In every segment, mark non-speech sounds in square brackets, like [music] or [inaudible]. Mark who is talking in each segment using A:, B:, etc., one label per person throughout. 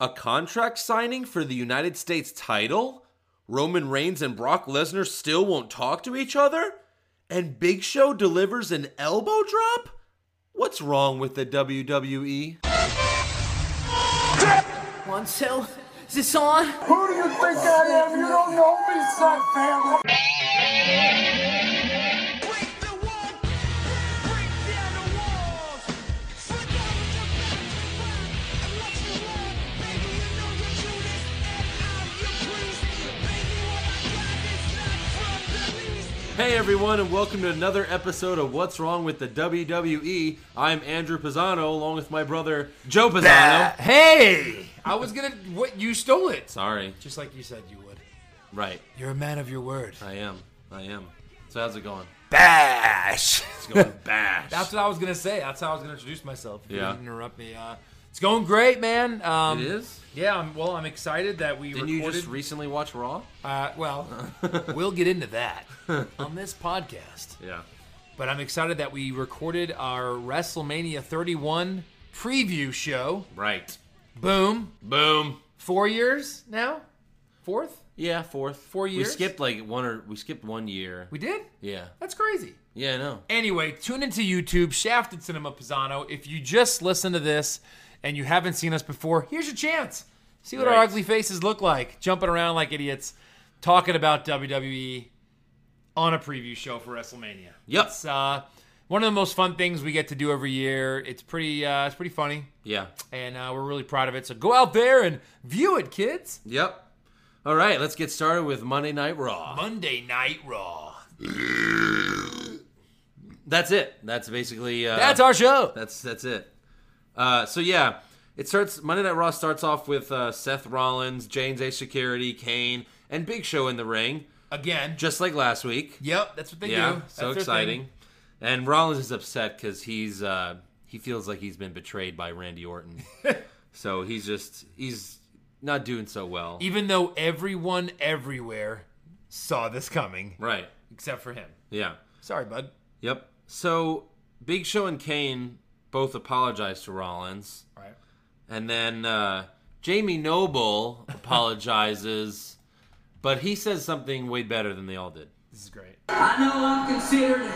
A: A contract signing for the United States title? Roman Reigns and Brock Lesnar still won't talk to each other? And Big Show delivers an elbow drop? What's wrong with the E? WWE?
B: One, two, is this on?
C: Who do you think I am? You don't know me, son family.
D: Break the wall, break down the walls. Fight down with your back to the ground and let you walk. Baby, you know you do this, and I'm your priest. Baby, what I got is not from the least.
A: Hey everyone, and welcome to another episode of What's Wrong with the WWE. I'm Andrew Pisano, along with my brother Joe Pisano.
E: Hey! I was gonna. What? You stole it.
A: Sorry,
E: Just like you said you would.
A: right?
E: You're a man of your word.
A: I am. I am. So how's it going?
E: Bash!
A: It's going bash.
E: That's what I was gonna say. That's how I was gonna introduce myself. If
A: Yeah.
E: You didn't interrupt me. Uh, it's going great, man. Um,
A: it is.
E: Yeah. I'm, well, I'm excited that we
A: Didn't
E: recorded.
A: you just recently watch Raw?
E: uh,
A: [laughs]
E: well, we'll get into that on this podcast.
A: Yeah.
E: But I'm excited that we recorded our WrestleMania 31 preview show.
A: Right.
E: Boom.
A: Boom.
E: Four years now. Fourth.
A: Yeah, fourth.
E: Four years?
A: We skipped like one or we skipped one year.
E: We did.
A: yeah.
E: That's crazy.
A: Yeah, I know.
E: Anyway, tune into YouTube, Shafted Cinema Pisano. If you just listen to this and you haven't seen us before, here's your chance. See what our
A: Right.
E: ugly faces look like, jumping around like idiots, talking about WWE on a preview show for WrestleMania.
A: Yep.
E: It's uh, one of the most fun things we get to do every year. It's pretty, uh, it's pretty funny,
A: Yeah.
E: and uh, we're really proud of it. So go out there and view it, kids.
A: Yep. All right, let's get started with Monday Night Raw.
E: Monday Night Raw.
A: That's it. That's basically uh,
E: That's our show.
A: That's that's it. Uh, so yeah, it starts Monday Night Raw starts off with uh, Seth Rollins, James A. Security, Kane, and Big Show in the ring,
E: Again.
A: just like last week.
E: Yep, that's what they
A: Yeah,
E: do. That's
A: so
E: their thing.
A: exciting. And Rollins is upset because he's uh, he feels like he's been betrayed by Randy
E: [laughs]
A: Orton. so he's just he's not doing so well.
E: even though everyone everywhere saw this coming,
A: Right.
E: except for him.
A: Yeah.
E: Sorry, bud.
A: Yep. So Big Show and Kane both apologize to Rollins,
E: Right.
A: and then uh, Jamie Noble [laughs] apologizes, but he says something way better than they all did.
E: This is great.
F: I know I'm considered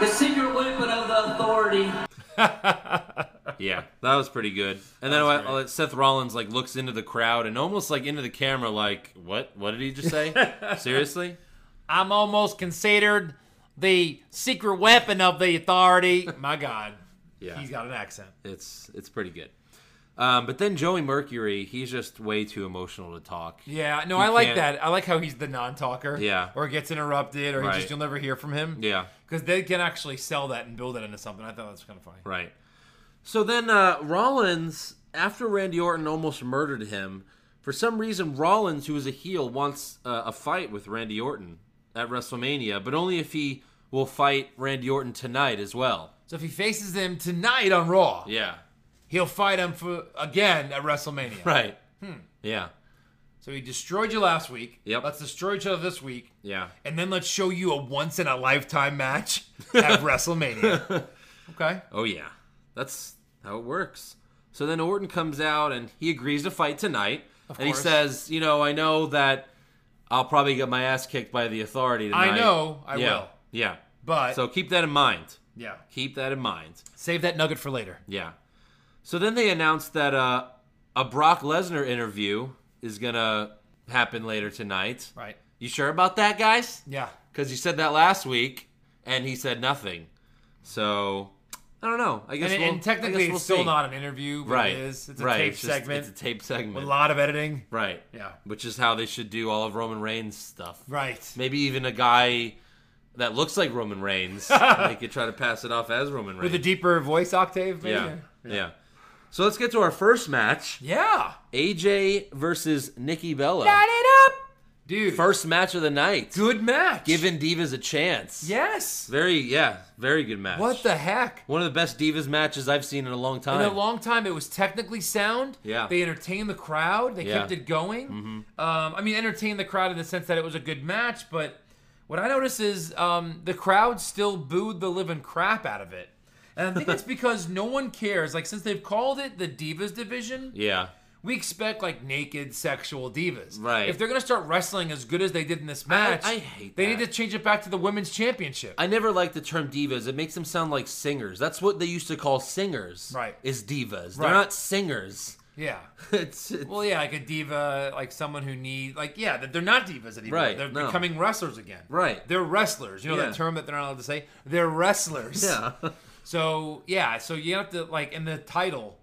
F: the secret weapon of the authority.
A: Yeah, that was pretty good. And then I, I- Seth Rollins like looks into the crowd and almost like into the camera, like, "What? What did he just say?
E: [laughs]
A: Seriously?"
E: I'm almost considered the secret weapon of the authority. My God.
A: Yeah.
E: He's got an accent.
A: It's it's pretty good. Um, but then Joey Mercury, he's just way too emotional to talk.
E: Yeah, no, I like
A: can't-
E: that. I like how he's the non-talker.
A: Yeah.
E: Or gets interrupted, or he
A: Right.
E: just you'll never hear from him.
A: Yeah.
E: Because they can actually sell that and build it into something. I thought that's kind of funny.
A: Right. So then uh, Rollins, after Randy Orton almost murdered him, for some reason Rollins, who is a heel, wants uh, a fight with Randy Orton at WrestleMania, but only if he will fight Randy Orton tonight as well.
E: So if he faces them tonight on Raw,
A: Yeah.
E: he'll fight him for again at WrestleMania.
A: Right.
E: Hmm.
A: Yeah.
E: So he destroyed you last week.
A: Yep.
E: Let's destroy each other this week.
A: Yeah.
E: and then let's show you a once in a lifetime match
A: [laughs]
E: at WrestleMania. Okay.
A: Oh yeah. That's how it works. So then Orton comes out and he agrees to fight tonight. and he
E: course.
A: says, you know, I know that I'll probably get my ass kicked by the authority tonight.
E: I know I
A: yeah.
E: will.
A: Yeah.
E: But
A: So keep that in mind.
E: yeah,
A: Keep that in mind.
E: save that nugget for later.
A: Yeah. So then they announced that uh, a Brock Lesnar interview is gonna happen later tonight.
E: Right.
A: You sure about that, guys?
E: Yeah.
A: Because you said that last week, and he said nothing. So I don't know. I guess
E: And,
A: we'll,
E: and
A: I
E: technically,
A: guess we'll
E: it's still
A: see.
E: not an interview, but
A: right.
E: it is. It's a
A: right.
E: tape
A: it's just-
E: segment
A: It's a tape segment.
E: with a lot of editing.
A: Right.
E: Yeah.
A: Which is how they should do all of Roman Reigns stuff.
E: Right.
A: Maybe even a guy that looks like Roman
E: [laughs]
A: Reigns. they could try to pass it off as Roman Reigns.
E: With a deeper voice octave, maybe.
A: Yeah. yeah. So let's get to our first match
E: Yeah.
A: AJ versus Nikki Bella.
E: it up, dude.
A: First match of the night.
E: good match.
A: Giving Divas a chance.
E: Yes.
A: Very, yeah, very good match.
E: What the heck?
A: One of the best Divas matches I've seen in a long time.
E: In a long time, it was technically sound.
A: Yeah.
E: They entertained the crowd. They
A: Yeah. Mm-hmm.
E: kept it going. Um, I mean, entertained the crowd in the sense that it was a good match, but what I noticed is um, the crowd still booed the living crap out
A: [laughs]
E: of it. And I think it's because no one cares. Like, since they've called it the Divas division,
A: yeah.
E: we expect like naked sexual divas.
A: Right.
E: If they're gonna start wrestling as good as they did in this match,
A: I hate
E: They
A: that.
E: need to change it back to the women's championship.
A: I never liked the term divas. It makes them sound like singers. That's what they used to call singers.
E: Right.
A: Is divas.
E: Right.
A: They're not singers.
E: yeah.
A: [laughs] it's, it's
E: Well, yeah, like a diva, like someone who need, like, yeah, that they're not divas anymore.
A: Right,
E: They're
A: no.
E: becoming wrestlers again.
A: Right.
E: They're wrestlers. You know
A: Yeah.
E: that term that they're not allowed to say. They're wrestlers.
A: yeah.
E: So yeah, so you have to like, and the title.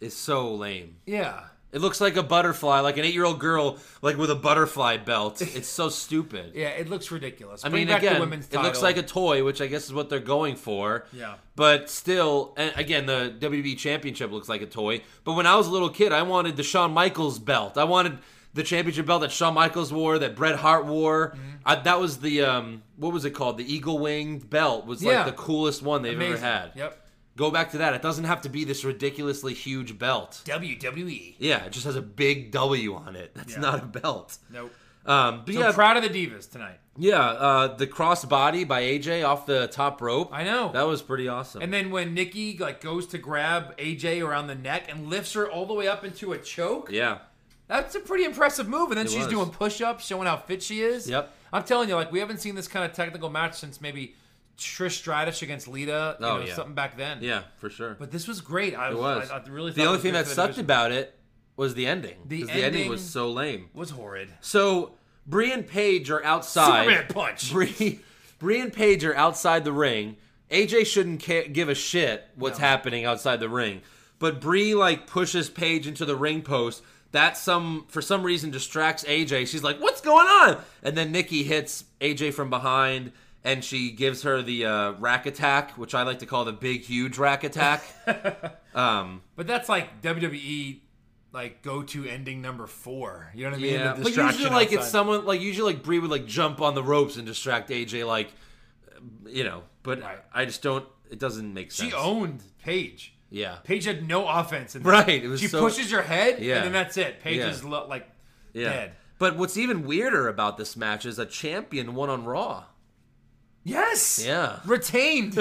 A: it's so lame.
E: Yeah.
A: It looks like a butterfly, like an eight-year-old girl, like with a butterfly [laughs] belt. It's so stupid.
E: Yeah, it looks ridiculous.
A: I
E: Bring
A: mean,
E: back the
A: again,
E: women's
A: it
E: title.
A: looks like a toy, which I guess is what they're going for.
E: Yeah.
A: But still, and again, the WWE Championship looks like a toy. But when I was a little kid, I wanted the Shawn Michaels belt. I wanted the championship belt that Shawn Michaels wore, that Bret Hart wore.
E: Mm-hmm.
A: I, that was the um, what was it called? The eagle winged belt was
E: Yeah.
A: like the coolest one they've
E: Amazing.
A: ever had.
E: Yep.
A: Go back to that. It doesn't have to be this ridiculously huge belt.
E: WWE.
A: Yeah, it just has a big W on it. That's
E: Yeah.
A: not a belt.
E: Nope.
A: Um, but
E: So
A: yeah,
E: proud of the divas tonight.
A: yeah, uh, the crossbody by AJ off the top rope.
E: I know.
A: that was pretty awesome.
E: And then when Nikki like goes to grab AJ around the neck and lifts her all the way up into a choke,
A: yeah,
E: that's a pretty impressive move. And then
A: It
E: she's
A: was.
E: doing push-ups, showing how fit she is.
A: Yep.
E: I'm telling you, like we haven't seen this kind of technical match since maybe Trish Stratus against Lita, you
A: Oh,
E: know,
A: yeah.
E: something back then.
A: yeah, for sure.
E: But this was great. I
A: it was.
E: I, I really
A: the
E: thought it
A: only
E: was
A: thing
E: good
A: that
E: for the
A: sucked
E: division.
A: about it was the ending.
E: The
A: 'cause the ending
E: ending-
A: was so lame.
E: was horrid.
A: So Bree and Paige are outside.
E: Superman punch.
A: [laughs] Bree, Bree and Paige are outside the ring. AJ shouldn't ca- give a shit what's
E: No.
A: happening outside the ring, but Bree like pushes Paige into the ring post. That some for some reason distracts AJ. She's like, "What's going on?" And then Nikki hits AJ from behind, and she gives her the uh, rack attack, which I like to call the big huge rack attack.
E: But that's like WWE like go to ending number four. You know what I mean?
A: Yeah,
E: The
A: but usually
E: distraction
A: like it's
E: outside.
A: someone like usually like Brie would like jump on the ropes and distract AJ like you know, but
E: Right.
A: I just don't. It doesn't make sense.
E: she owned Paige.
A: yeah,
E: Paige had no offense in that.
A: Right, it was
E: she
A: so-
E: pushes your head,
A: Yeah.
E: and then that's it. Paige
A: Yeah.
E: is lo- like
A: yeah.
E: dead.
A: But what's even weirder about this match is a champion won on Raw.
E: [laughs] Yes.
A: Yeah. [laughs]
E: Retained.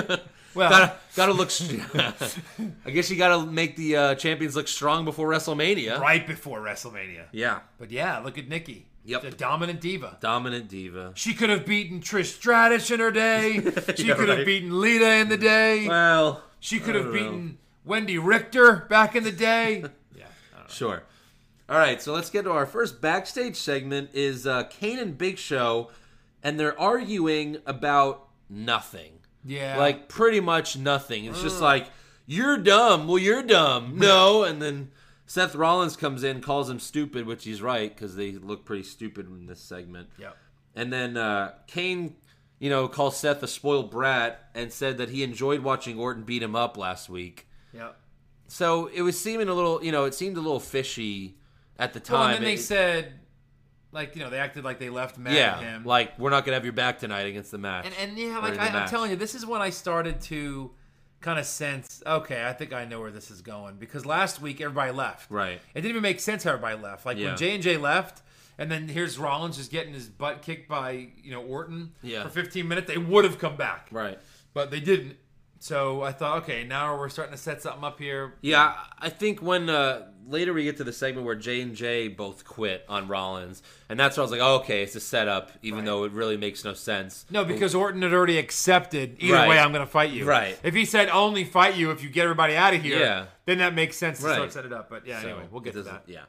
E: well,
A: Gotta, gotta look. st- [laughs] I guess you gotta make the uh, champions look strong before WrestleMania.
E: right before WrestleMania.
A: Yeah.
E: But yeah, look at Nikki.
A: Yep.
E: The dominant diva.
A: Dominant diva.
E: She could have beaten Trish Stratus in
A: [laughs]
E: her day. She
A: Yeah,
E: could have
A: right.
E: beaten Lita in the day.
A: Well,
E: she could have
A: don't know.
E: beaten Wendy Richter back in the day.
A: [laughs]
E: yeah.
A: Sure. All right, so let's get to our first backstage segment is uh Kane and Big Show and they're arguing about nothing.
E: Yeah. Mm.
A: Like pretty much nothing. It's just like you're dumb. Well, you're dumb. [laughs] No, and then Seth Rollins comes in, calls him stupid, which he's right cuz they look pretty stupid in this segment.
E: Yep.
A: And then uh, Kane, you know, called Seth a spoiled brat and said that he enjoyed watching Orton beat him up last week.
E: Yep.
A: So it was seeming a little, you know, it seemed a little fishy at the time.
E: Well, and then they
A: It-
E: said, like, you know, they acted like they left Matt
A: yeah,
E: and him.
A: like we're not gonna have your back tonight against the match.
E: and, and yeah,
A: Or
E: like,
A: in the
E: I, I'm
A: match.
E: telling you, this is when I started to kind of sense, okay, I think I know where this is going. Because last week, everybody left.
A: Right.
E: It didn't even make sense how everybody left. Like,
A: Yeah.
E: when J&J left, and then here's Rollins just getting his butt kicked by, you know, Orton
A: Yeah.
E: for 15 minutes, they would have come back.
A: right.
E: But they didn't. So I thought, okay, now we're starting to set something up here.
A: Yeah, I think when uh, later we get to the segment where J and J both quit on Rollins, and that's when I was like, oh, okay, it's a setup, even
E: Right.
A: though it really makes no sense.
E: No, because Orton had already accepted. Either
A: Right.
E: way, I'm going to fight you.
A: Right.
E: If he said only fight you if you get everybody out of here,
A: Yeah.
E: then that makes sense to
A: Right.
E: start set it up. But yeah,
A: So,
E: anyway, we'll get
A: it
E: to that.
A: doesn't- Yeah.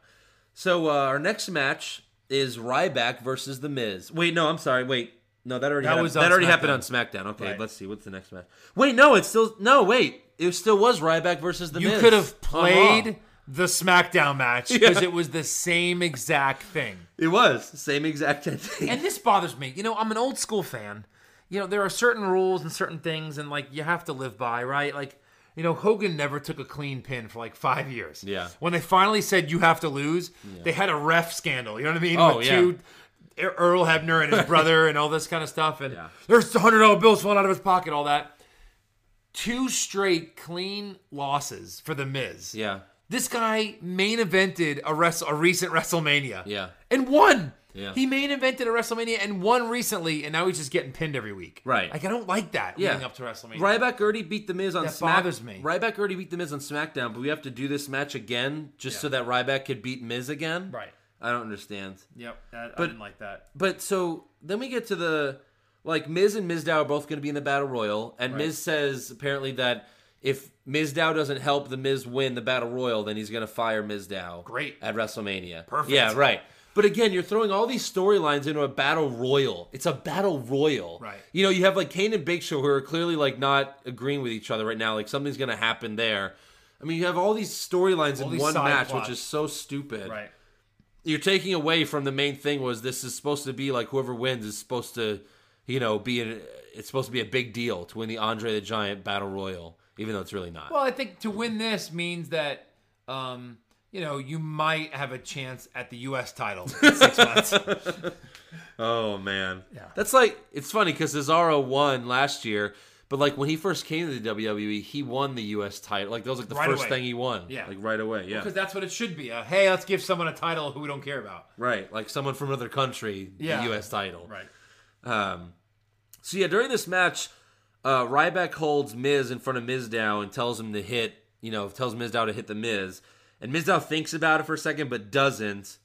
A: So uh, our next match is Ryback versus The Miz. Wait, no, I'm sorry. Wait, no, that already
E: That
A: had-
E: was on
A: that already
E: SmackDown.
A: happened on SmackDown. Okay,
E: Right.
A: let's see what's the next match. Wait, no, it's still no. Wait, it still was Ryback versus The
E: You
A: Miz. Uh-huh.
E: could have
A: on Raw.
E: played the SmackDown match because it was the same exact thing.
A: It was same exact [laughs] thing.
E: And this bothers me. You know, I'm an old school fan. You know, there are certain rules and certain things, and like you have to live by, right? Like, you know, Hogan never took a clean pin for like five years.
A: Yeah.
E: When they finally said you have to lose, they had a ref scandal. You know what I mean?
A: Oh,
E: With
A: yeah.
E: two- Er- Earl Hebner [laughs] and his brother and all this kind of stuff. And
A: Yeah.
E: there's the hundred dollar bills falling out of his pocket, all that. Two straight clean losses for the Miz.
A: yeah,
E: This guy main evented a, wrest- a recent WrestleMania.
A: Yeah.
E: And won.
A: Yeah.
E: He main evented a WrestleMania and won recently, and now he's just getting pinned every week.
A: Right.
E: Like, I don't like that
A: Yeah.
E: leading up to WrestleMania.
A: Ryback already beat the Miz on
E: That
A: Smack-
E: bothers me.
A: Ryback already beat the Miz on SmackDown, but we have to do this match again just so that Ryback could beat Miz again.
E: Right.
A: I don't understand.
E: Yep. I
A: didn't
E: like that.
A: But so then we get to the like Miz and Mizdow are both going to be in the battle royal, and Miz says apparently that if Mizdow doesn't help the Miz win the battle royal, then he's going to fire Mizdow.
E: Great.
A: at WrestleMania.
E: Perfect.
A: Yeah, right. But again, you're throwing all these storylines into a battle royal. It's a battle royal.
E: Right.
A: You know, you have like Kane and Big Show who are clearly like not agreeing with each other right now. Like something's going to happen there. I mean, you have all these storylines
E: All
A: in
E: these
A: one
E: side
A: match,
E: plots.
A: which is so stupid you're taking away from the main thing was this is supposed to be like whoever wins is supposed to you know be an, it's supposed to be a big deal to win the Andre the Giant Battle Royal even though it's really not.
E: Well, I think to win this means that, um, you know, you might have a chance at the U.S. title in
A: [laughs]
E: six months.
A: oh man. Yeah. That's like it's funny cuz Cesaro won last year but like when he first came to the WWE he won the US title. Like that was like the
E: Right
A: first
E: away.
A: thing he won.
E: Yeah.
A: Like right away. Yeah.
E: Because that's what it should be. Uh, hey, let's give someone a title who we don't care about.
A: right. Like someone from another country
E: Yeah.
A: the US title. Um, so yeah, during this match, uh, Ryback holds Miz in front of Mizdow and tells him to hit. You know, tells Mizdow to hit the Miz, and Mizdow thinks about it for a second but doesn't.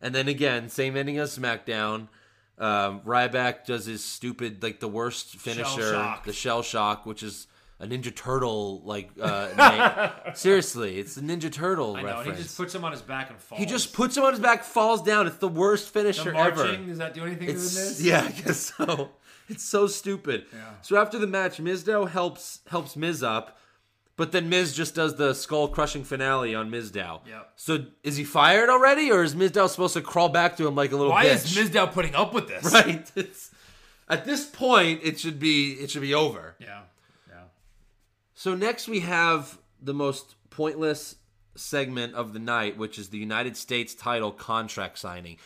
A: And then again, same ending as SmackDown. Um, Ryback does his stupid, like the worst finisher,
E: shock.
A: the shell shock, which is a Ninja Turtle like. Uh,
E: [laughs]
A: name. Seriously, it's a Ninja Turtle
E: I know.
A: reference.
E: and He just puts him on his back and falls.
A: puts him on his back, falls down. It's the worst
E: the
A: finisher
E: marching.
A: ever.
E: Does that do anything to the
A: It's [laughs]
E: Miz?
A: yeah, I guess so. It's so stupid. So after the match, Mizdow helps helps Miz up, but then Miz just does the skull crushing finale on Mizdow.
E: Yep.
A: So is he fired already, or is Mizdow supposed to crawl back to him like a little
E: Why
A: bitch?
E: is Mizdow putting up with
A: [laughs]
E: this?
A: right? It's, at this point, it should be it should be over.
E: Yeah. Yeah.
A: So next we have the most pointless segment of the night, which is the United States title contract signing.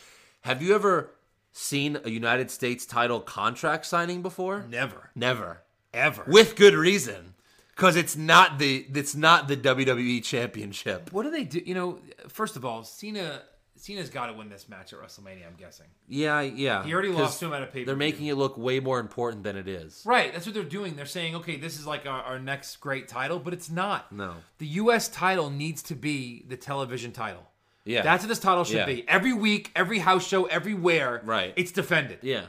A: Have you ever seen a United States title contract signing before?
E: Never.
A: Never.
E: Ever.
A: With good reason. Cause it's not the it's not the WWE championship.
E: what do they do? You know, first of all, Cena Cena's got to win this match at WrestleMania. I'm guessing.
A: Yeah, yeah.
E: He already
A: 'Cause
E: lost to him at a pay-per-view.
A: They're making it look way more important than it is.
E: Right, that's what they're doing. They're saying, okay, this is like our, our next great title, but it's not.
A: No.
E: The U.S. title needs to be the television title.
A: Yeah.
E: That's what this title should
A: Yeah.
E: be. Every week, every house show, everywhere,
A: Right.
E: it's defended.
A: yeah.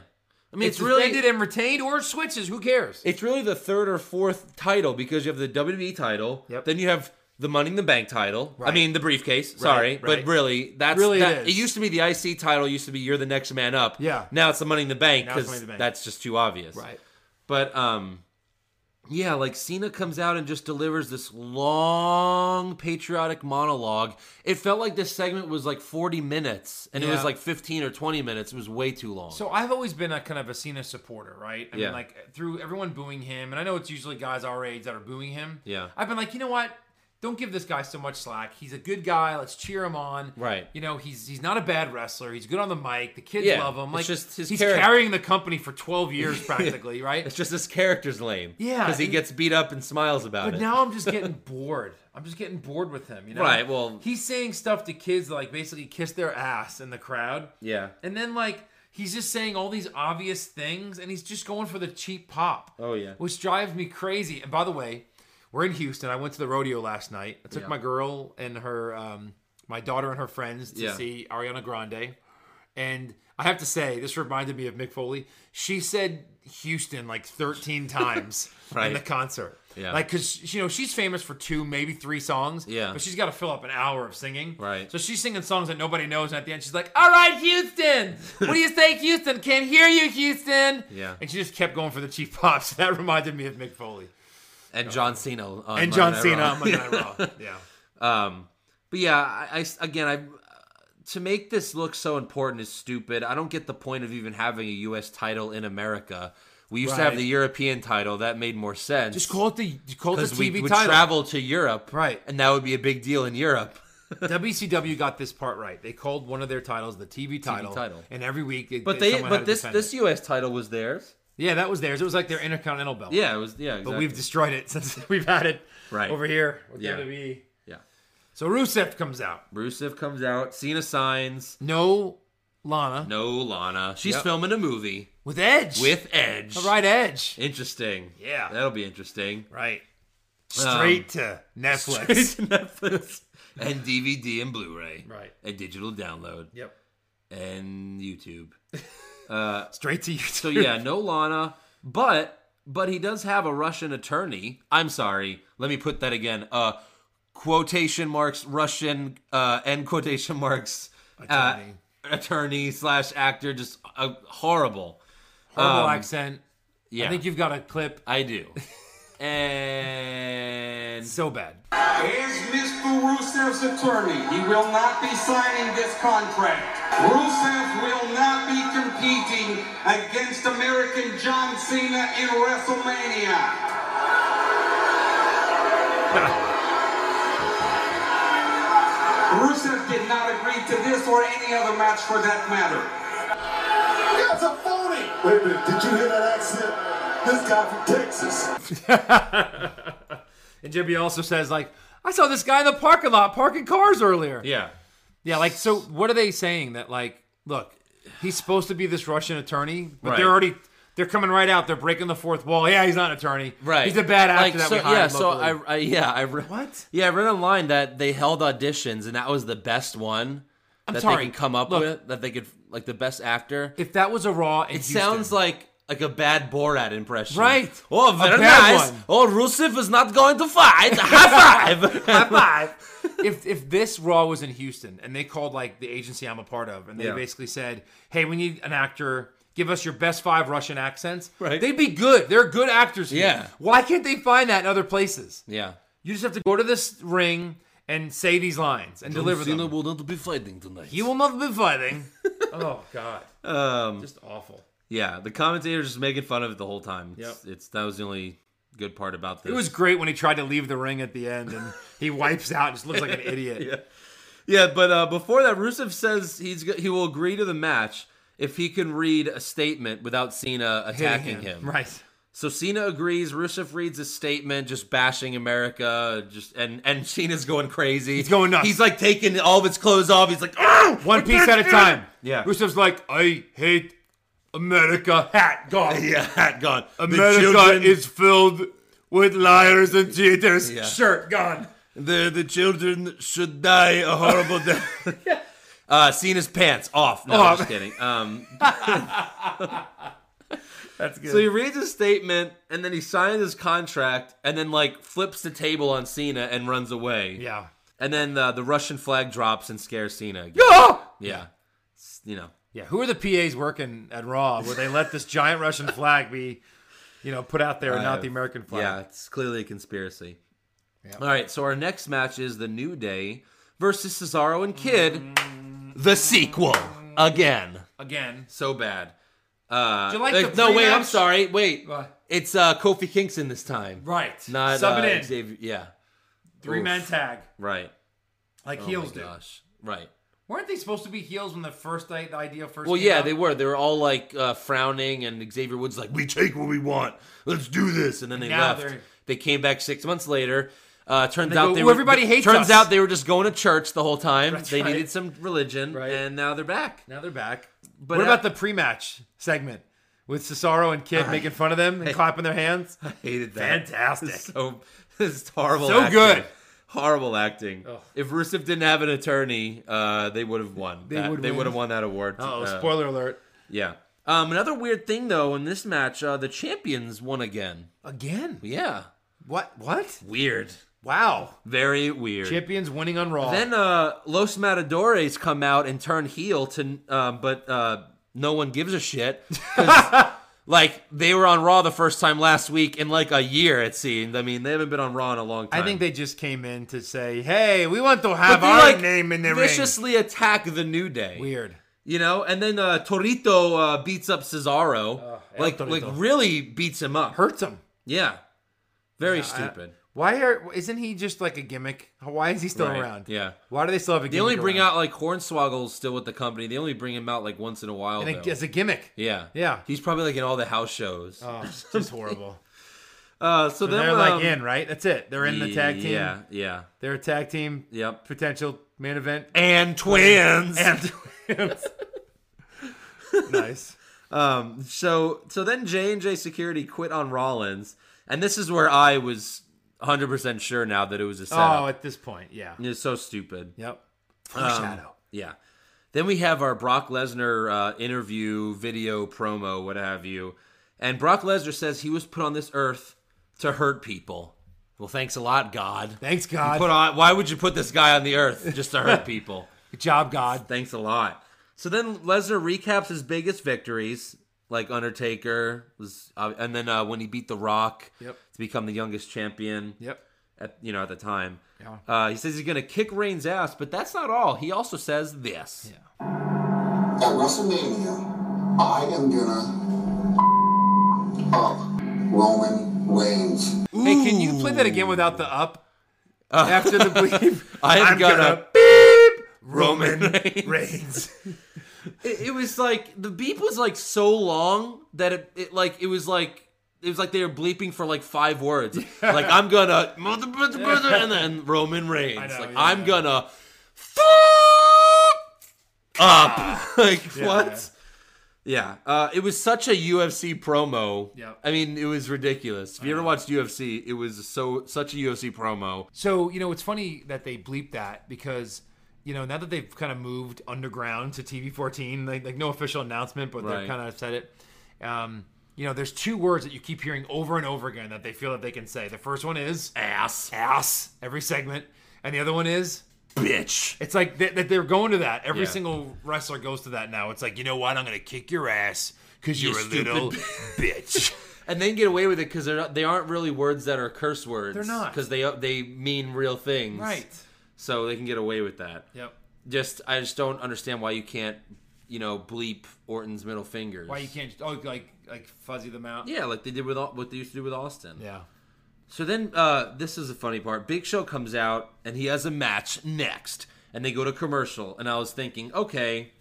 A: I mean
E: It's,
A: it's really
E: defended and retained or it switches. Who cares?
A: It's really the third or fourth title because you have the WWE title,
E: Yep.
A: then you have the Money in the Bank title. I
E: Right.
A: mean the briefcase. sorry,
E: right.
A: but really that's
E: Really it
A: that,
E: is.
A: used to be the IC title. Used to be you're the next man up.
E: Yeah.
A: Now it's the Money in the Bank
E: Now it's
A: because
E: Money in the Bank.
A: that's just too obvious. But um, yeah, like Cena comes out and just delivers this long patriotic monologue. It felt like this segment was like 40 minutes, and it
E: Yeah.
A: was like 15 or 20 minutes. It was way too long.
E: So I've always been a kind of a Cena supporter, right? I
A: Yeah.
E: mean, like through everyone booing him, and I know it's usually guys our age that are booing him.
A: Yeah.
E: I've been like, you know what? Don't give this guy so much slack. He's a good guy. Let's cheer him on.
A: Right.
E: You know, he's he's not a bad wrestler. He's good on the mic. The kids
A: Yeah,
E: love him.
A: it's
E: Like
A: just his
E: he's
A: character.
E: carrying the company for twelve
A: [laughs]
E: years practically, right?
A: it's just his character's lame.
E: Yeah,
A: because he
E: and-
A: gets beat up and smiles about
E: But
A: it.
E: now I'm just getting bored. I'm just getting bored with him. You know,
A: Right, well-
E: he's saying stuff to kids that, like basically kiss their ass in the crowd.
A: Yeah.
E: And then like he's just saying all these obvious things and he's just going for the cheap pop.
A: Oh, yeah.
E: Which drives me crazy. And by the way, we're in Houston. I went to the rodeo last night. I took
A: Yeah.
E: my girl and her um my daughter and her friends to
A: Yeah.
E: see Ariana Grande. And I have to say, this reminded me of Mick Foley. She said Houston like 13
A: [laughs]
E: times in
A: Right.
E: the concert.
A: Yeah.
E: Like, cause you know she's famous for two, maybe three songs.
A: Yeah.
E: But she's got to fill up an hour of singing.
A: Right.
E: So she's singing songs that nobody knows, and at the end she's like, "All right, Houston,
A: [laughs]
E: what do you say, Houston? Can't hear you, Houston."
A: Yeah.
E: And she just kept going for the cheap pops. [laughs] That reminded me of Mick Foley
A: and John Cena on
E: and
A: Monday
E: John
A: Night
E: Cena
A: Raw.
E: on Monday [laughs] Night Raw. Yeah.
A: Um, but yeah, I, I again, I to make this look so important is stupid. I don't get the point of even having a U.S. title in America. We used to have
E: Right.
A: the European title that made more sense.
E: Just call it the call it the
A: because we
E: TV
A: would
E: title.
A: travel to Europe,
E: Right.
A: And that would be a big deal in Europe.
E: WCW got this part right. They called one of their titles the TV title,
A: title.
E: and every week, they,
A: But they,
E: someone had
A: but
E: to
A: this
E: defend
A: this
E: it.
A: U.S. title was theirs.
E: yeah, that was theirs. It was like their Intercontinental belt.
A: Yeah, it was. Yeah, exactly.
E: [laughs] but we've destroyed it since we've had it
A: Right.
E: over here with
A: Yeah.
E: WWE.
A: yeah.
E: So Rusev comes out.
A: Rusev comes out. Cena signs.
E: No Lana.
A: No, Lana. She's
E: Yep.
A: filming a movie
E: With Edge.
A: with Edge.
E: the right Edge.
A: Interesting.
E: Yeah.
A: That'll be interesting.
E: Right. Straight Um, to Netflix.
A: Netflix. [laughs] and DVD and Blu-ray.
E: Right.
A: And digital download.
E: [laughs] Yep.
A: And YouTube.
E: Straight to YouTube.
A: So yeah, no Lana, but but he does have a Russian attorney. I'm sorry. Let me put that again. Uh quotation marks Russian uh end quotation marks
E: Attorney.
A: uh, attorney slash actor just uh, horrible.
E: Horrible accent.
A: Yeah.
E: I think you've got a clip.
A: I
E: [laughs]
A: do. and
E: So bad.
C: As Mr. Rusev's attorney, he will not be signing this contract. Rusev will not be competing against American John Cena in WrestleMania. Rusev did not agree to this or any other match for that matter. You guys are phony! Wait a minute, did you hear that accent? This guy from Texas.
E: And Jimmy also says, like, I saw this guy in the parking lot parking cars earlier.
A: yeah.
E: Yeah, like, so what are they saying? That, like, look, he's supposed to be this Russian attorney, but
A: Right.
E: they're already. They're coming right out. They're breaking the fourth wall. Yeah, he's not an attorney.
A: Right.
E: He's a bad actor
A: Like,
E: that
A: so,
E: we hired
A: Yeah, so I,
E: locally.
A: I yeah, I re-
E: What?
A: Yeah, I read online that they held auditions and that was the best one that
E: sorry.
A: they can come up
E: Look.
A: with that they could like the best actor.
E: if that was a raw, in
A: It sounds
E: Houston-
A: like like a bad Borat impression.
E: Right.
A: Oh,
E: A
A: very
E: bad
A: nice.
E: one.
A: Oh, Rusev is not going to fight. [laughs] High five.
E: [laughs] high five. if if this Raw was in Houston and they called like the agency I'm a part of and they
A: Yeah.
E: basically said, "Hey, we need an actor. Give us your best five Russian accents."
A: Right.
E: They'd be good. They're good actors. Here.
A: Yeah.
E: Why can't they find that in other places?
A: Yeah.
E: You just have to go to this ring and say these lines and deliver them.
A: will not be fighting tonight.
E: you will not be fighting.
A: [laughs]
E: oh God. Um. Just awful.
A: yeah, the commentators just making fun of it the whole time. It's,
E: Yep.
A: it's that was the only good part about this.
E: It was great when he tried to leave the ring at the end and he wipes out. and Just looks like
A: [laughs]
E: an idiot.
A: Yeah, but uh, before that, Rusev says he's go- he will agree to the match if he can read a statement without Cena attacking him.
E: Right.
A: So Cena agrees. Rusev reads his statement, just bashing America, just and and Cena's going crazy. He's
E: going nuts.
A: He's like taking all of his clothes off. He's like, oh,
E: One piece at a time.
A: Yeah.
E: Rusev's like, I hate America. Hat gone.
A: [laughs] Yeah, hat gone. The
E: America
A: children-
E: is filled with liars and cheaters.
A: Yeah.
E: Shirt gone.
A: the the children should die a horrible [laughs] death.
E: [laughs]
A: Uh, Cena's pants off. No, I'm
E: Off.
A: just kidding. Um,
E: That's good.
A: So he reads his statement and then he signs his contract and then like flips the table on Cena and runs away.
E: yeah.
A: And then uh, the Russian flag drops and scares Cena again. Yeah. It's, you know.
E: Yeah. Who are the PAs working at Raw where they let this giant Russian flag be, you know, put out there and not the American
A: Yeah,
E: flag?
A: it's clearly a conspiracy. All right, so our next match is The New Day versus Cesaro and Kid. The sequel. Again.
E: Again.
A: So bad. Uh,
E: you like
A: like-
E: the
A: no, wait,
E: pre-match?
A: I'm sorry. Wait.
E: What?
A: It's uh, Kofi Kingston this time.
E: Right.
A: Not
E: Sub
A: uh,
E: it in.
A: Xavier- Yeah,
E: Three man tag.
A: right.
E: Like
A: Oh
E: heels
A: my
E: do.
A: gosh. Right.
E: Weren't they supposed to be heels when the first i- the idea first
A: Well,
E: came
A: yeah,
E: out?
A: they were. They were all like uh, frowning, and Xavier Woods like, "We take what we want. Let's do this." And then they
E: Now
A: left.
E: they're-
A: They came back six months later. Uh, turns
E: go,
A: out they
E: "Ooh,
A: were.
E: everybody hates
A: turns
E: us."
A: out they were just going to church the whole time.
E: That's
A: they
E: right.
A: needed some religion,
E: Right.
A: and now they're back.
E: Now they're back.
A: But uh,
E: what
A: I-
E: about the pre-match segment with Cesaro and
A: Uh,
E: Kid making fun of them and clapping
A: [laughs]
E: their hands?
A: [laughs] I hated that.
E: Fantastic.
A: So this is horrible.
E: So
A: acting.
E: good.
A: Horrible acting. If Rusev didn't have an attorney, uh, they would have won. They,
E: would
A: they
E: win.
A: would have won that award.
E: Oh,
A: Uh,
E: spoiler alert!
A: Yeah. Um, another weird thing though in this match, uh, the champions won again.
E: Again?
A: Yeah.
E: What? What?
A: Weird.
E: Wow!
A: Very weird.
E: Champions winning on Raw.
A: Then uh, Los Matadores come out and turn heel to, um, but uh, no one gives a shit.
E: [laughs]
A: 'Cause, like they were on Raw the first time last week in like a year. It seemed. I mean, they haven't been on Raw in a long
E: I
A: time.
E: think they just came in to say, "Hey, we want to
A: But
E: have
A: they,
E: our
A: like,
E: name in the ring."
A: viciously attack the New Day.
E: Weird.
A: You know, and then uh, Torito uh, beats up Cesaro.
E: El
A: like,
E: Oh, Torito.
A: like really beats him up.
E: Hurts him.
A: Yeah. Very stupid.
E: Why are? Isn't he just like a gimmick? Why is he still
A: Right,
E: around?
A: yeah.
E: Why do they still have a?
A: They
E: gimmick
A: only bring
E: around?
A: out like Hornswoggle's still with the company. They only bring him out like once in a while.
E: And
A: though. [laughs]
E: a, as a gimmick.
A: Yeah.
E: Yeah.
A: He's probably like in all the house shows.
E: Oh, it's just horrible.
A: Uh, so then
E: They're like
A: um,
E: in, right? That's it. They're in the tag team.
A: Yeah, yeah,
E: They're a tag team.
A: yep.
E: Potential main event.
A: And twins.
E: And
A: [laughs]
E: nice.
A: Um, so so then J and J Security quit on Rollins, and this is where I was 100 percent sure now that it was a
E: Oh,
A: setup.
E: at this point, yeah.
A: it's so stupid.
E: Yep. Foreshadow.
A: Yeah. Then we have our Brock Lesnar uh, interview, video, promo, what have you. And Brock Lesnar says he was put on this earth to hurt people. Well, thanks a lot, God.
E: Thanks,
A: You
E: God.
A: Put on, why would you put this guy on the earth just to hurt people?
E: Good job,
A: [laughs]
E: God.
A: Thanks a lot. So then Lesnar recaps his biggest victories, like Undertaker, was, uh, and then uh, when he beat The Rock
E: Yep.
A: to become the youngest champion.
E: Yep.
A: At, you know, at the time.
E: Yeah.
A: Uh, he says he's going to kick Reigns' ass, but that's not all. He also says this.
G: At WrestleMania, I am gonna up Roman Reigns.
E: Hey, can you play that again without the up? After the bleep,
A: Uh, [laughs] I am
E: I'm
A: gonna,
E: gonna beep
A: [laughs]
E: Roman
A: Reigns.
E: Reigns.
A: It, it was like the beep was like so long that it, it like it was like it was like they were bleeping for like five
E: [laughs]
A: words. Like I'm gonna mother, mother, mother, and then Roman Reigns.
E: know,
A: like
E: yeah,
A: I'm
E: yeah.
A: gonna fuck
E: Ah.
A: up. [laughs] like what? Yeah, Uh, it was such a UFC promo.
E: Yep.
A: I mean, it was ridiculous. If you ever watched UFC, it was so such a UFC promo.
E: [laughs] So you know, it's funny that they bleep that because you know now that they've kind of moved underground to TV fourteen, like, like no official announcement, but
A: Right.
E: they've kind of said it. Um, you know, there's two words that you keep hearing over and over again that they feel that they can say. The first one is
A: Ass,
E: ass every segment, and the other one is
A: bitch.
E: it's like they, that they're going to that. Every
A: Yeah.
E: single wrestler goes to that now. It's like you know what? I'm gonna kick your ass because
A: You
E: you're a
A: stupid [laughs]
E: little [laughs] bitch.
A: and then get away with it because they're not, they aren't really words that are curse words.
E: They're not.
A: because they they mean real things, So they can get away with that.
E: Yep.
A: Just I just don't understand why you can't, you know, bleep Orton's middle fingers.
E: Why you can't? Oh, like like fuzzy them out.
A: Yeah, like they did with Au- what they used to do with Austin.
E: Yeah.
A: So then uh, this is the funny part. Big Show comes out and he has a match next, and they go to commercial. And I was thinking, okay,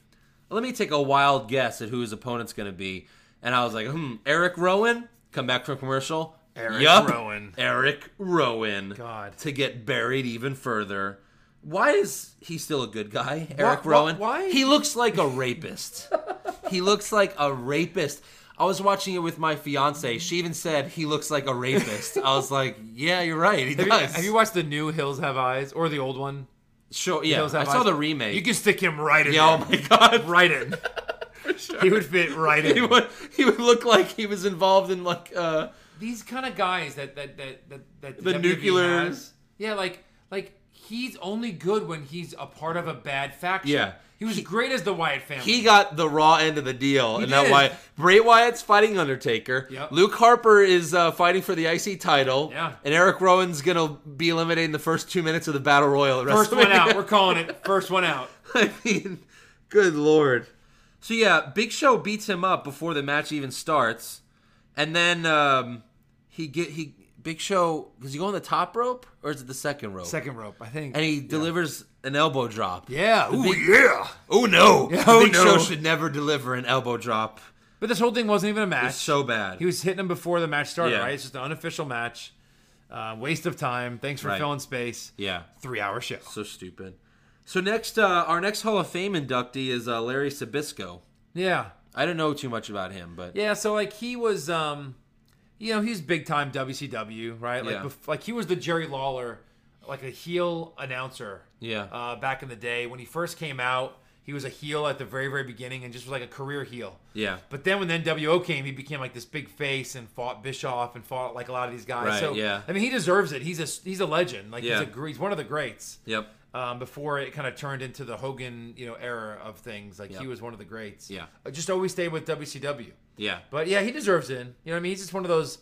A: let me take a wild guess at who his opponent's going to be. And I was like, hmm, Eric Rowan. Come back from commercial.
E: Eric
A: Yup.
E: Rowan.
A: Eric Rowan.
E: God.
A: To get buried even further. Why is he still a good guy, Eric
E: wh-
A: Rowan?
E: why-
A: He looks like a rapist. he looks like a rapist. I was watching it with my fiance. She even said he looks like a rapist. I was like, yeah, you're right. He
E: Have you,
A: does.
E: have you watched the new Hills Have Eyes or the old one?
A: Sure, yeah. I
E: Hills Have
A: saw
E: Eyes?
A: the remake.
E: You can stick him right in.
A: yeah, oh
E: there.
A: my god.
E: [laughs]
A: [laughs]
E: right in. He would fit right
A: He
E: in.
A: would, he would look like he was involved in like uh
E: These kind of guys that that that that, that
A: The
E: WWE
A: nuclear-
E: has. Yeah, like like he's only good when he's a part of a bad faction.
A: Yeah.
E: he was great as the Wyatt family.
A: He got the raw end of the deal, and that
E: did.
A: why Bray Wyatt's fighting Undertaker.
E: Yep.
A: Luke Harper is uh, fighting for the IC title.
E: Yeah.
A: And Eric Rowan's gonna be eliminated in the first two minutes of the Battle Royal. At
E: first one
A: WrestleMania. [laughs]
E: out. We're calling it first one out.
A: I mean, good lord. So yeah, Big Show beats him up before the match even starts, and then um, he get he Big Show does he go on the top rope or is it the second rope?
E: Second rope, I think.
A: And he delivers an elbow drop.
E: yeah, ooh,
A: big- [laughs]
E: [laughs] yeah.
A: Oh no!
E: oh,
A: Big Show
E: no.
A: should never deliver an elbow drop.
E: But this whole thing wasn't even a match.
A: It's so bad.
E: He was hitting him before the match started,
A: Yeah.
E: right? It's just an unofficial match. Uh, waste of time. Thanks for
A: Right.
E: filling space.
A: Yeah,
E: Three hour show.
A: so stupid. So next, uh, our next Hall of Fame inductee is uh, Larry Sabisco.
E: Yeah.
A: I don't know too much about him, but
E: Yeah, so like he was um you know, he was big time WCW, right? Like
A: Yeah.
E: bef- like he was the Jerry Lawler like a heel announcer.
A: Yeah.
E: Uh back in the day when he first came out, he was a heel at the very very beginning and just was like a career heel.
A: Yeah.
E: But then when the NWO came, he became like this big face and fought Bischoff and fought like a lot of these guys.
A: Right,
E: so
A: yeah.
E: I mean, he deserves it. He's a he's a legend. Like
A: Yeah.
E: he's a gr- he's one of the greats.
A: yep,
E: Um, before it kind of turned into the Hogan, you know, era of things, like
A: Yeah.
E: he was one of the greats.
A: Yeah.
E: Uh, just always stayed with WCW.
A: yeah,
E: But yeah, he deserves it. You know, what I mean, he's just one of those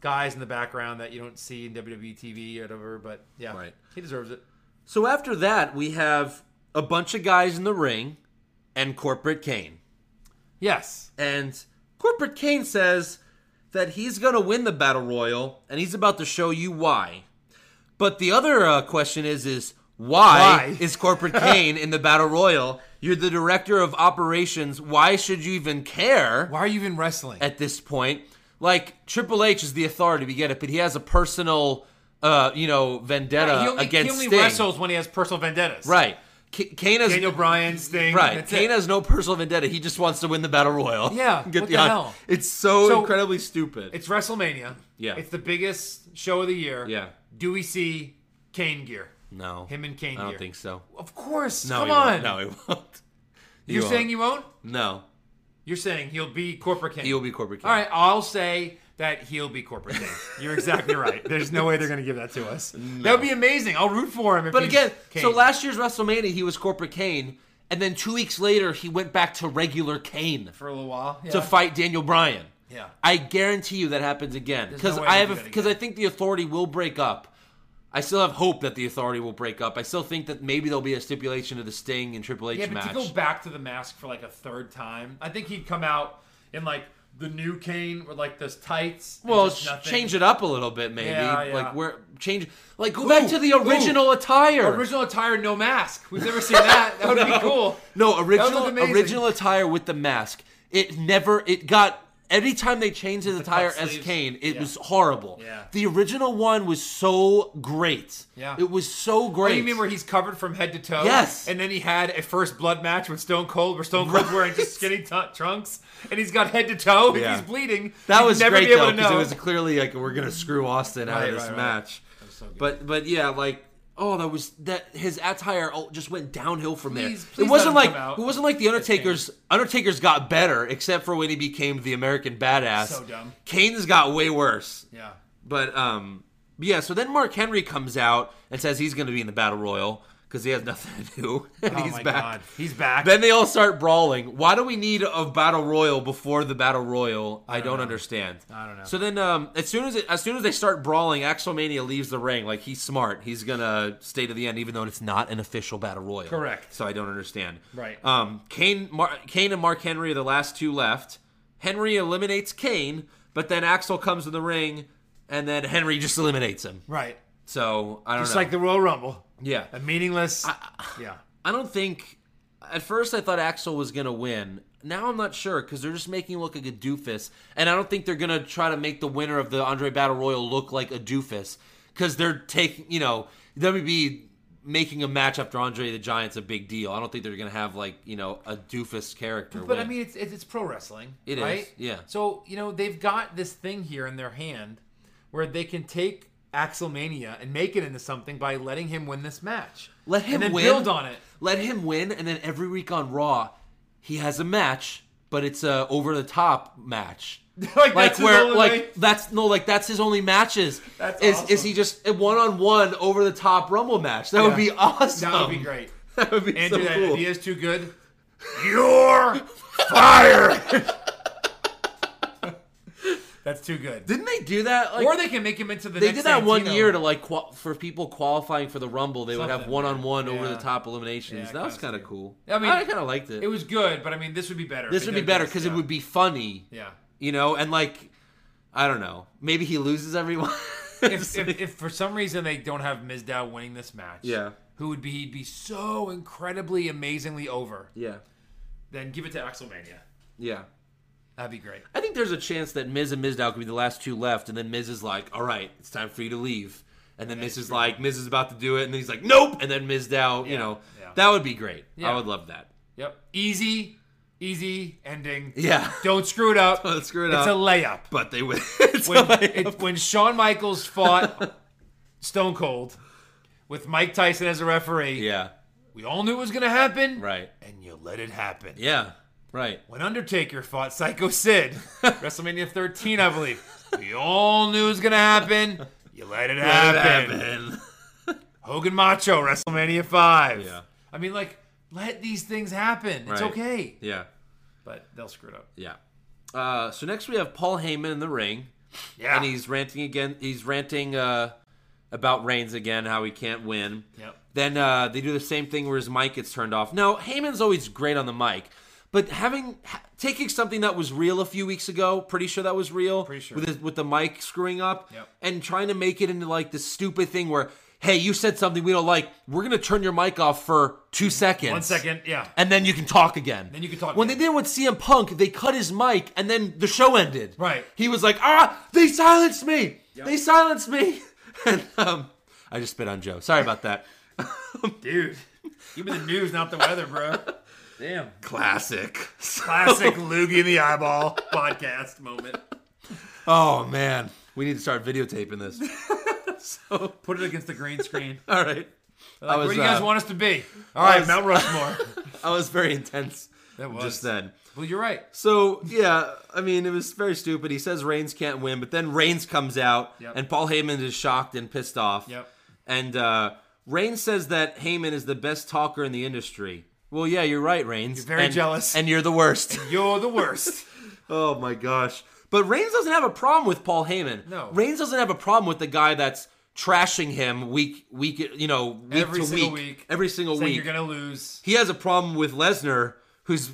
E: guys in the background that you don't see in WWE TV or whatever. But yeah,
A: Right.
E: he deserves it.
A: So after that, we have a bunch of guys in the ring and Corporate Kane.
E: Yes,
A: And Corporate Kane says that he's going to win the Battle Royal and he's about to show you why. But the other uh, question is is why,
E: Why?
A: [laughs] is Corporate Kane in the Battle Royal? You're the director of operations. Why should you even care
E: why are you even wrestling?
A: at this point? Like Triple H is the authority, we get it, but he has a personal, uh, you know, vendetta
E: he only,
A: uh, against
E: he only
A: Sting.
E: wrestles when he has personal vendettas.
A: Right. K- Kane has
E: Daniel Bryan, Sting.
A: right.
E: that's
A: Kane
E: it.
A: has no personal vendetta. He just wants to win the battle royal.
E: Yeah,
A: [laughs] Get
E: what
A: the,
E: the
A: hon-
E: hell?
A: It's so,
E: So-
A: incredibly stupid.
E: It's WrestleMania.
A: Yeah.
E: It's the biggest show of the year.
A: Yeah.
E: Do we see Kane gear?
A: no.
E: Him and Kane
A: I don't
E: gear.
A: think so.
E: Of course.
A: No,
E: Come
A: he
E: on.
A: won't. No, he won't. He
E: You're
A: won't.
E: saying you won't?
A: no.
E: You're saying he'll be corporate Kane.
A: He will be corporate. Kane.
E: All right, I'll say that he'll be corporate Kane. You're exactly right. There's no way they're going to give that to
A: [laughs]
E: us. That would be amazing. I'll root for him. If
A: But
E: he's
A: again,
E: Kane.
A: so last year's WrestleMania, he was corporate Kane, and then two weeks later, he went back to regular Kane
E: for a little while yeah.
A: to fight Daniel Bryan.
E: Yeah.
A: I guarantee you that happens again
E: There's
A: because
E: no way
A: I
E: they
A: have
E: do
A: a
E: that
A: because I
E: again.
A: think the authority will break up. I still have hope that the authority will break up. I still think that maybe there'll be a stipulation of the Sting and Triple H
E: Yeah, but
A: match.
E: to go back to the mask for like a third time, I think he'd come out in like the new Kane with like those tights. and
A: well,
E: just
A: sh-
E: nothing.
A: change it up a little bit, maybe.
E: Yeah, yeah.
A: Like where change, like go
E: Ooh,
A: back to the
E: ooh.
A: original attire.
E: Original attire, no mask. We've never seen that. That would be cool.
A: [laughs] No,
E: look
A: original
E: amazing.
A: original attire with the mask. It never it got anytime they changed his
E: The
A: attire
E: cut
A: as
E: sleeves.
A: Kane, it
E: Yeah.
A: was horrible.
E: Yeah.
A: The original one was so great.
E: Yeah.
A: It was so
E: What
A: great.
E: do you mean where he's covered from head to toe?
A: Yes.
E: And then he had a first blood match with Stone Cold, where Stone Cold's wearing just skinny t- trunks, and he's got head to toe, and
A: Yeah.
E: he's bleeding.
A: that
E: You'd
A: was
E: never
A: great
E: be able
A: though,
E: to
A: because
E: know.
A: it was clearly like we're gonna screw Austin out
E: Right,
A: of this
E: right, right.
A: match. but but yeah, like oh that was that his attire all- just went downhill from
E: Please-
A: there.
E: please
A: it wasn't
E: let him
A: like
E: come out.
A: it wasn't like the Undertaker's Undertaker's got better except for when he became the American Badass.
E: So dumb.
A: Kane's got way worse.
E: yeah.
A: But um, yeah. So then Mark Henry comes out and says he's going to be in the battle royal because he has nothing to do. [laughs] and
E: Oh
A: he's
E: my
A: back.
E: god, he's back.
A: Then they all start brawling. Why do we need a battle royal before the battle royal? I, don't understand. I
E: don't know.
A: So then, um, as soon as it, as soon as they start brawling, Axelmania leaves the ring. Like he's smart. He's gonna stay to the end, even though it's not an official battle royal.
E: Correct.
A: So I don't understand.
E: Right.
A: Um, Kane, Mar- Kane, and Mark Henry are the last two left. Henry eliminates Kane, but then Axel comes in the ring, and then Henry just eliminates him.
E: right.
A: So I don't
E: Just
A: know.
E: like the Royal Rumble,
A: yeah.
E: a meaningless. yeah.
A: I don't think. At first, I thought Axel was gonna win. Now I'm not sure because they're just making him look like a doofus, and I don't think they're gonna try to make the winner of the Andre Battle Royal look like a doofus because they're taking, you know, WB making a match after Andre the Giant's a big deal. I don't think they're gonna have like you know a doofus character.
E: But I
A: win.
E: mean, it's it's, it's pro wrestling.
A: It
E: It
A: is,
E: is,
A: yeah.
E: So you know they've got this thing here in their hand where they can take Axelmania and make it into something by letting him win this match.
A: let him
E: and then
A: win.
E: build on it.
A: Let him win, and then every week on Raw, he has a match, but it's a over the top match.
E: [laughs] like
A: like
E: that's his
A: where
E: only
A: like
E: way.
A: that's no like that's his only matches.
E: That's
A: is is
E: awesome.
A: he just a one on one over the top Rumble match? That would
E: Yeah.
A: be awesome. [laughs]
E: That would be great.
A: That would be
E: Andrew,
A: so
E: that
A: cool.
E: idea is too good. You're fired. That's too good.
A: Didn't they do that? Like,
E: or they can make him into the.
A: they
E: next
A: did that one
E: Santino.
A: year to like qual- for people qualifying for the Rumble. They would have
E: Something,
A: one on one
E: yeah.
A: over the top eliminations.
E: Yeah,
A: that was kind
E: kinda
A: of cool.
E: I mean,
A: I kind of liked it.
E: It was good, but I mean, this would be better. if
A: this
E: they
A: would be
E: did
A: better because
E: yeah.
A: it would be funny. [laughs]
E: Yeah.
A: you know, and like I don't know, maybe he loses everyone. [laughs]
E: if, if, if for some reason they don't have Mizdow winning this match,
A: Yeah.
E: who would be he'd be so incredibly amazingly over?
A: yeah,
E: Then give it to Axelmania.
A: yeah.
E: That'd be great.
A: I think there's a chance that Miz and Mizdow could be the last two left, and then Miz is like, "All right, it's time for you to leave," and then Miz is like, "Miz is about to do it," and then he's like, "Nope," and then Mizdow, you know,
E: yeah.
A: that would be great. I
E: Yeah.
A: would love that.
E: Yep. Easy, easy ending.
A: Yeah, [laughs]
E: Don't screw it up.
A: Don't screw it up.
E: it's a layup.
A: but they would. [laughs] it's
E: [laughs] When,
A: like-
E: it, when Shawn Michaels fought Stone Cold with Mike Tyson as a
A: [laughs]
E: referee,
A: yeah,
E: we all knew it was going to happen,
A: right.
E: and you let it happen.
A: Yeah, right.
E: When Undertaker fought Psycho Sid,
A: [laughs]
E: WrestleMania 13, I believe, we all knew it was going to happen. You let it happen.
A: Happen. [laughs]
E: Hogan Macho, WrestleMania 5.
A: Yeah.
E: I mean, like, let these things happen. It's
A: Right.
E: okay.
A: Yeah,
E: But they'll screw it up.
A: yeah. Uh, so next we have Paul Heyman in the ring.
E: Yeah.
A: and he's ranting again. He's ranting uh, about Reigns again, how he can't win.
E: Yep.
A: Then uh, they do the same thing where his mic gets turned off. Now Heyman's always great on the mic, but having ha- taking something that was real a few weeks ago, pretty sure that was real,
E: Pretty sure.
A: with his, with the mic screwing up,
E: Yep.
A: and trying to make it into like this stupid thing where. hey, you said something we don't like. We're going to turn your mic off for two seconds.
E: One second, yeah.
A: And then you can talk again.
E: Then you can talk
A: When
E: again.
A: they did it with CM Punk, they cut his mic and then the show ended.
E: Right.
A: He was like, ah, they silenced me. They silenced me. [laughs] And um, I just spit on Joe. Sorry about that. [laughs]
E: Dude, give me the news, not the weather, bro. Damn.
A: Classic.
E: [laughs] Classic Loogie in the Eyeball podcast moment.
A: Oh, man. We need to start videotaping
E: [laughs]
A: this.
E: Put it against the green screen.
A: All right. I
E: Like,
A: was,
E: where do you guys
A: uh,
E: want us to be? All right,
A: was-
E: Mount Rushmore.
A: I was very intense
E: That was.
A: just then.
E: Well, you're right.
A: So yeah, I mean it was very stupid. He says Reigns can't win, but then Reigns comes out,
E: Yep.
A: and Paul Heyman is shocked and pissed off.
E: Yep.
A: And uh, Reigns says that Heyman is the best talker in the industry. Well, yeah, you're right, Reigns. You're
E: very jealous.
A: and you're the
E: [laughs]
A: worst.
E: You're
A: [laughs]
E: the worst.
A: oh my gosh! But Reigns doesn't have a problem with Paul Heyman.
E: No.
A: Reigns doesn't have a problem with the guy that's trashing him week, week, you know, week
E: Every
A: to
E: single week.
A: every single
E: Saying
A: week.
E: you're gonna lose.
A: he has a problem with Lesnar, who's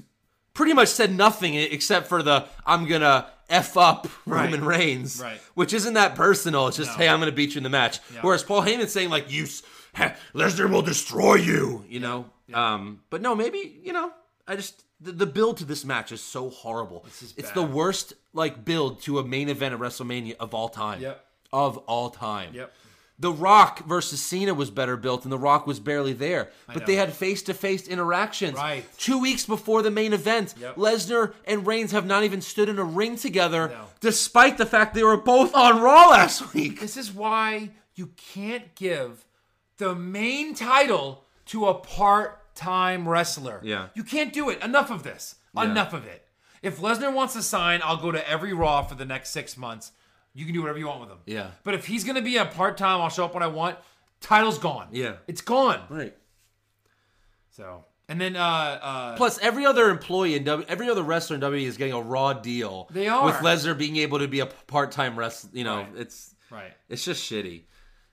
A: pretty much said nothing e-, except for the "I'm gonna f up Roman Reigns,"
E: Right.
A: which isn't that personal. It's just, "Hey, I'm gonna beat you in the match." Whereas Paul Heyman's saying like, "You, s- [laughs] heh, Lesnar will destroy you," you know. Um, but no, maybe you know. I just the, the build to this match is so horrible. it's the worst like build to a main event of WrestleMania of all time.
E: Yep.
A: Of all time.
E: Yep.
A: The Rock versus Cena was better built, and The Rock was barely there. But they
E: know.
A: had face to face interactions.
E: Right.
A: Two weeks before the main event,
E: Yep.
A: Lesnar and Reigns have not even stood in a ring together,
E: No.
A: despite the fact they were both on Raw last week.
E: This is why you can't give the main title to a part-time wrestler.
A: Yeah.
E: You can't do it. Enough of this. Enough of it. If Lesnar wants to sign, I'll go to every Raw for the next six months. You can do whatever you want with him.
A: Yeah.
E: But if he's gonna be a part-time, I'll show up when I want. Title's gone.
A: Yeah.
E: It's gone.
A: Right.
E: So and then uh uh
A: Plus, every other employee in W, every other wrestler in WWE is getting a Raw deal.
E: They are.
A: with Lesnar being able to be a part time wrestler. You know,
E: Right.
A: it's
E: right.
A: it's just shitty.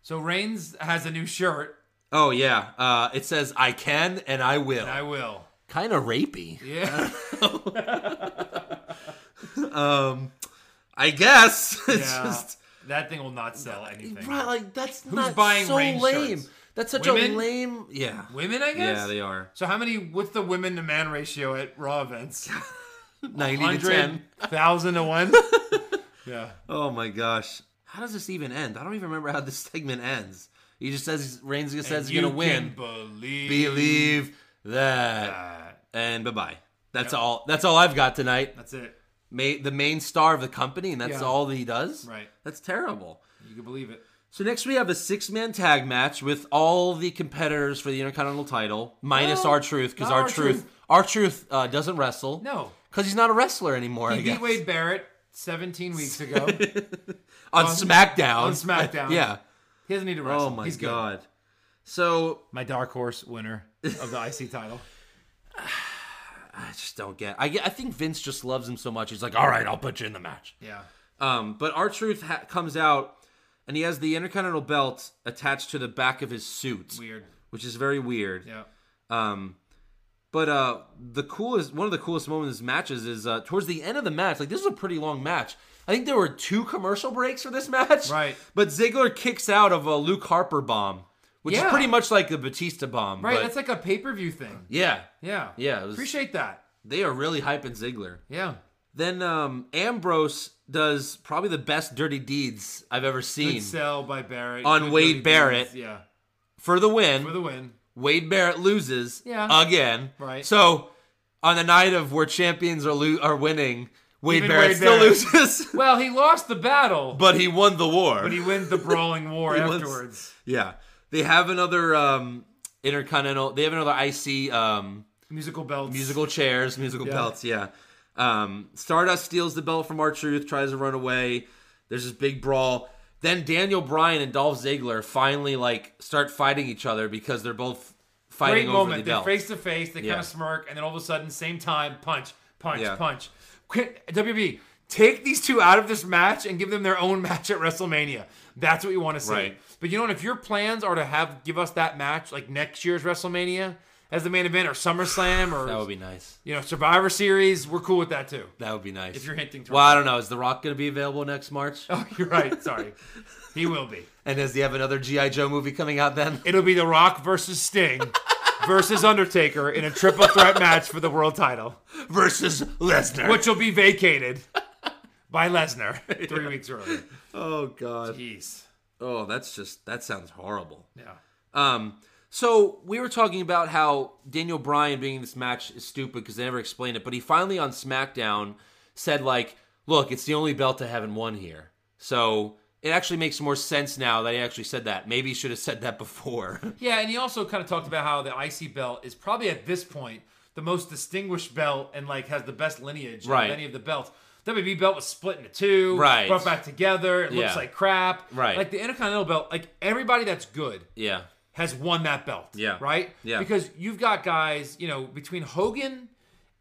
E: So Reigns has a new shirt.
A: Oh yeah, uh, it says I can and I will.
E: I will.
A: Kind of rapey. [laughs]
E: Yeah.
A: I guess [laughs] it's
E: Yeah.
A: just.
E: that thing will not sell anything.
A: Right, like that's not
E: buying
A: so
E: rain
A: lame.
E: shirts?
A: That's such
E: Women?
A: a lame. Yeah,
E: Women, I guess.
A: yeah, they are
E: So how many? What's the women to man ratio at
A: [laughs]
E: Raw events?
A: ninety to
E: Hundred
A: ten.
E: thousand
A: [laughs]
E: to one. yeah.
A: Oh my gosh, how does this even end? I don't even remember how this segment ends. He just says Reigns just says he's
E: You
A: gonna win.
E: can Believe.
A: Believe that, and bye bye. That's all. That's all I've got tonight.
E: That's it.
A: Ma- the main star of the company, and that's
E: Yeah.
A: all that he does.
E: Right.
A: That's terrible.
E: You can believe it.
A: So next we have a six-man tag match with all the competitors for the Intercontinental title, minus
E: Well,
A: our truth because
E: not
A: our
E: R-Truth.
A: truth, our truth uh, doesn't wrestle.
E: No.
A: because he's not a wrestler anymore. I
E: He
A: guess
E: beat Wade Barrett 17 weeks ago. he
A: [laughs] on SmackDown.
E: on SmackDown.
A: yeah.
E: doesn't need to wrestle.
A: Oh my
E: He's good.
A: god. So
E: My dark horse winner of the IC
A: [laughs]
E: title.
A: I just don't get. I get. I think Vince just loves him so much. He's like, all right, I'll put you in the match.
E: Yeah.
A: Um, but our truth ha- comes out, and he has the Intercontinental belt attached to the back of his suit,
E: Weird.
A: which is very weird.
E: Yeah.
A: Um, but uh, the coolest, one of the coolest moments of this matches is uh, towards the end of the match. Like this is a pretty long match. I think there were two commercial breaks for this [laughs] match.
E: Right.
A: But Ziggler kicks out of a Luke Harper bomb, which
E: Yeah.
A: is pretty much like the Batista bomb.
E: Right.
A: but-
E: That's like a pay per view thing.
A: yeah.
E: Yeah.
A: Yeah, it was-
E: Appreciate that.
A: They are really hyping Ziggler.
E: Yeah.
A: Then um, Ambrose does probably the best dirty deeds I've ever
E: Good
A: seen
E: sell by Barrett.
A: On
E: Good
A: Wade
E: dirty deeds.
A: Barrett.
E: Yeah.
A: for the win.
E: For the win.
A: Wade Barrett loses
E: Yeah.
A: again.
E: Right.
A: So on the night of where champions are lo- are winning, Wade
E: Even
A: Barrett
E: Wade
A: still
E: Barrett.
A: loses, [laughs]
E: Well, he lost the battle, but,
A: but he won the war.
E: he wins the brawling
A: [laughs]
E: war
A: He wins-
E: afterwards.
A: yeah, they have another um, intercontinental. They have another IC um,
E: Musical belts.
A: musical chairs, musical belts. Yeah. Um, Stardust steals the belt from our Truth, tries to run away. There's this big brawl. Then Daniel Bryan and Dolph Ziggler finally like start fighting each other because they're both fighting
E: Great
A: over
E: moment.
A: the
E: They're
A: belt.
E: face to face. They kind
A: Yeah.
E: of smirk, and then all of a sudden, same time, punch, punch,
A: Yeah.
E: punch. Quit, WB, take these two out of this match and give them their own [laughs] match at WrestleMania. That's what we want to see.
A: Right.
E: But you know what? If your plans are to have give us that match like next year's WrestleMania, as the main event or SummerSlam or
A: That would be nice.
E: you know Survivor Series. We're cool with that too. [laughs]
A: That would be nice. If
E: you're hinting towards-
A: well, I don't know. Is The Rock going to be available next March?
E: Oh, you're right. Sorry, he will be.
A: And does he have another GI Joe movie coming out
E: [laughs]
A: then?
E: It'll be The Rock versus
A: [laughs]
E: Sting versus Undertaker in a triple threat match for the world title,
A: Versus Lesnar.
E: which will be vacated by Lesnar [laughs] three weeks earlier.
A: Oh God.
E: Jeez.
A: Oh, that's just that sounds horrible.
E: Yeah.
A: Um, so we were talking about how Daniel Bryan being in this match is stupid because they never explained it, but he finally on SmackDown said like, "Look, it's the only belt I haven't won here." So it actually makes more sense now that he actually said that. Maybe he should have said that before. [laughs]
E: Yeah, and he also kind of talked about how the IC belt is probably at this point the most distinguished belt and like has the best lineage
A: Right.
E: of any of the belts. WB belt was split into two,
A: Right.
E: brought back together. It
A: Yeah.
E: looks like crap.
A: Right.
E: Like the Intercontinental belt, like everybody that's good
A: yeah.
E: has won that belt.
A: Yeah.
E: Right?
A: Yeah.
E: Because you've got guys, you know, between Hogan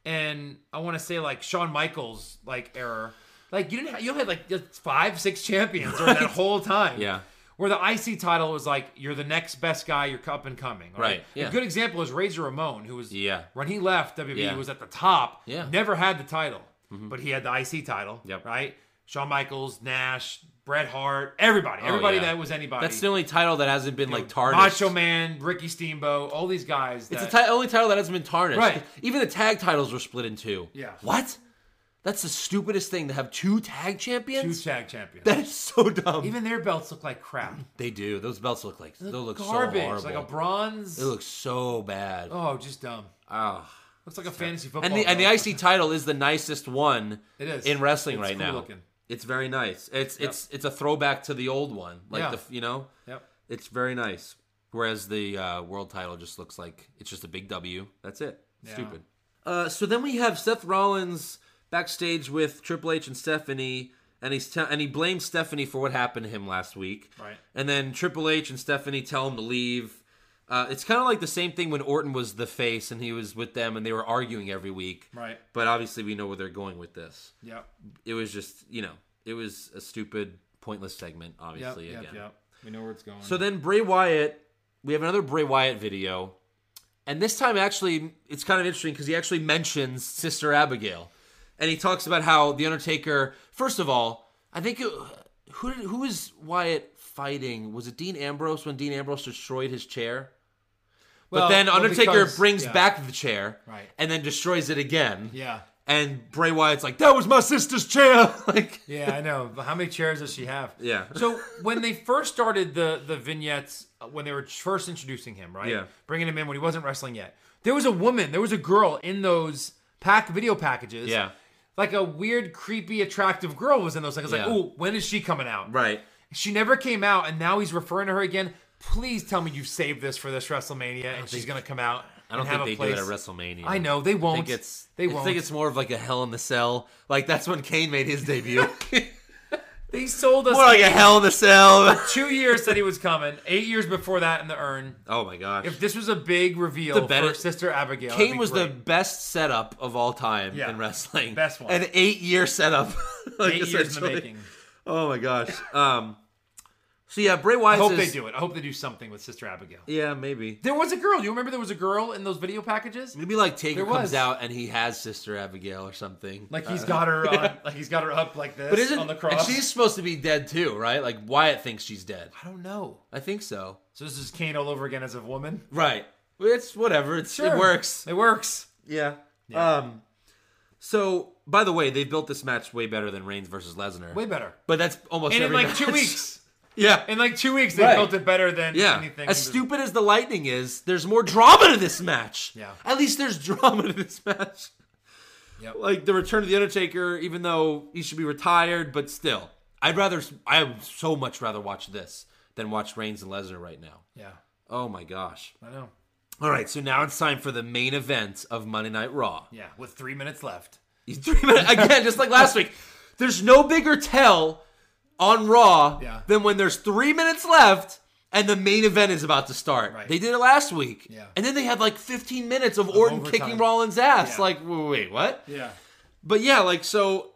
E: and I want to say like Shawn Michaels like era, like you didn't have, you had like just five, six champions during that whole time.
A: Yeah.
E: Where the IC title was like, you're the next best guy, you're up and coming. all
A: Right, yeah.
E: A good example is Razor Ramon, who was,
A: Yeah.
E: when he left WWE,
A: Yeah.
E: he was at the top,
A: Yeah. Mm-hmm.
E: never had the title, but he had the IC title,
A: Yep.
E: right? Shawn Michaels, Nash, Bret Hart, everybody, everybody
A: Oh, yeah.
E: that was anybody.
A: That's the only title that hasn't been like tarnished.
E: Macho Man, Ricky Steamboat, all these guys. That,
A: It's the ti- only title that hasn't been tarnished.
E: Right.
A: Even the tag titles were split in two.
E: Yeah.
A: What? That's the stupidest thing to have two tag [laughs]
E: two
A: champions.
E: tag champions.
A: that is so dumb.
E: Even their belts look like crap.
A: They do. Those belts look like they look so
E: garbage,
A: horrible.
E: like a bronze.
A: They look so bad.
E: oh, just dumb.
A: Ah.
E: Looks like a fantasy football.
A: And the and the
E: belt.
A: IC title is the nicest one
E: It is
A: in wrestling
E: It's
A: right
E: cool
A: now.
E: Looking.
A: It's very nice. It's it's it's a throwback to the old one. Like
E: Yeah.
A: the you know,
E: Yep.
A: it's very nice. Whereas the uh, world title just looks like it's just a big W. That's it. Stupid. Uh, so then we have Seth Rollins backstage with Triple H and Stephanie, and he's te- and he blames Stephanie for what happened to him last week.
E: Right.
A: And then Triple H and Stephanie tell him to leave. Uh, it's kind of like the same thing when Orton was the face and he was with them and they were arguing every week.
E: Right.
A: But obviously we know where they're going with this.
E: Yep.
A: It was just you know it was a stupid pointless segment
E: Yep.
A: obviously
E: Yep.
A: again.
E: Yep. We know where it's going.
A: So then Bray Wyatt, we have another Bray Wyatt video, and this time actually it's kind of interesting because he actually mentions Sister Abigail, and he talks about how the Undertaker. First of all, I think it, who did, who is Wyatt fighting? Was it Dean Ambrose when Dean Ambrose destroyed his chair? but
E: Well,
A: then
E: well,
A: Undertaker
E: because-
A: brings
E: yeah.
A: back the chair,
E: Right.
A: and then destroys it again.
E: Yeah.
A: And Bray Wyatt's like, "That was my sister's chair." [laughs] like,
E: Yeah, I know. But how many chairs does she have?
A: Yeah.
E: So when they first started the the vignettes, uh, when they were first introducing him, right?
A: Yeah.
E: Bringing him in when he wasn't wrestling yet, there was a woman, there was a girl in those pack video packages.
A: yeah,
E: Like a weird, creepy, attractive girl was in those. Like, I was
A: Yeah.
E: like, oh, when is she coming out?
A: right.
E: She never came out, and now he's referring to her again. Please tell me you saved this for this WrestleMania, and she's gonna come out.
A: I don't
E: and have
A: think they
E: a place.
A: do it at WrestleMania.
E: I know they
A: I
E: won't.
A: think it's
E: they
A: I
E: won't.
A: think it's more of like a Hell in the Cell. Like that's when Kane made his
E: [laughs]
A: debut. [laughs] more
E: they sold us
A: like a Hell in the Cell. [laughs]
E: two years that he was coming. Eight years before that in the urn.
A: Oh my gosh.
E: If this was a big reveal
A: The
E: for
A: better-
E: Sister Abigail, that'd
A: Kane
E: be
A: was the
E: great.
A: best setup of all time
E: Yeah.
A: in wrestling.
E: Best one.
A: An eight year
E: [laughs]
A: setup. like,
E: eight years in the
A: essentially. [laughs]
E: making.
A: Oh my gosh. Um. So yeah, Bray
E: I
A: Wyatt.
E: hope they do it. I hope they do something with Sister Abigail.
A: Yeah, maybe.
E: There was a girl. Do you remember there was a girl in those video packages?
A: Maybe like Taker
E: There
A: comes
E: was.
A: out and he has Sister Abigail or something. Uh,
E: Like he's got
A: [laughs]
E: her, on, like he's got her up like this
A: but isn't
E: on the cross.
A: and she's supposed to be dead too, right? Like Wyatt thinks she's dead.
E: I don't know.
A: I think so.
E: So this is Kane all over again as a woman.
A: Right. It's whatever. It's, It
E: Sure.
A: works.
E: It works.
A: Yeah. Um. So, by the way, they've built this match way better than Reigns versus Lesnar.
E: Way better.
A: But that's almost
E: And in
A: every
E: like
A: match.
E: two weeks.
A: [laughs] Yeah.
E: In like two weeks, they
A: Right.
E: built it better than
A: yeah.
E: anything.
A: As stupid as the lightning is, there's more drama to this match.
E: Yeah.
A: At least there's drama to this match.
E: Yep.
A: Like the return of the Undertaker, even though he should be retired, but still, I'd rather, I would so much rather watch this than watch Reigns and Lesnar right now.
E: Yeah,
A: Oh my gosh.
E: I know.
A: All right, so now it's time for the main event of Monday Night Raw.
E: Yeah, with three minutes left.
A: Three minutes again, just like last week. There's no bigger tell on Raw
E: Yeah.
A: than when there's three minutes left and the main event is about to start.
E: Right.
A: They did it last week,
E: Yeah.
A: and then they had like 15 minutes of, Orton
E: overtime.
A: kicking Rollins' ass.
E: Yeah.
A: Like, wait, wait, what?
E: Yeah.
A: But yeah, like so,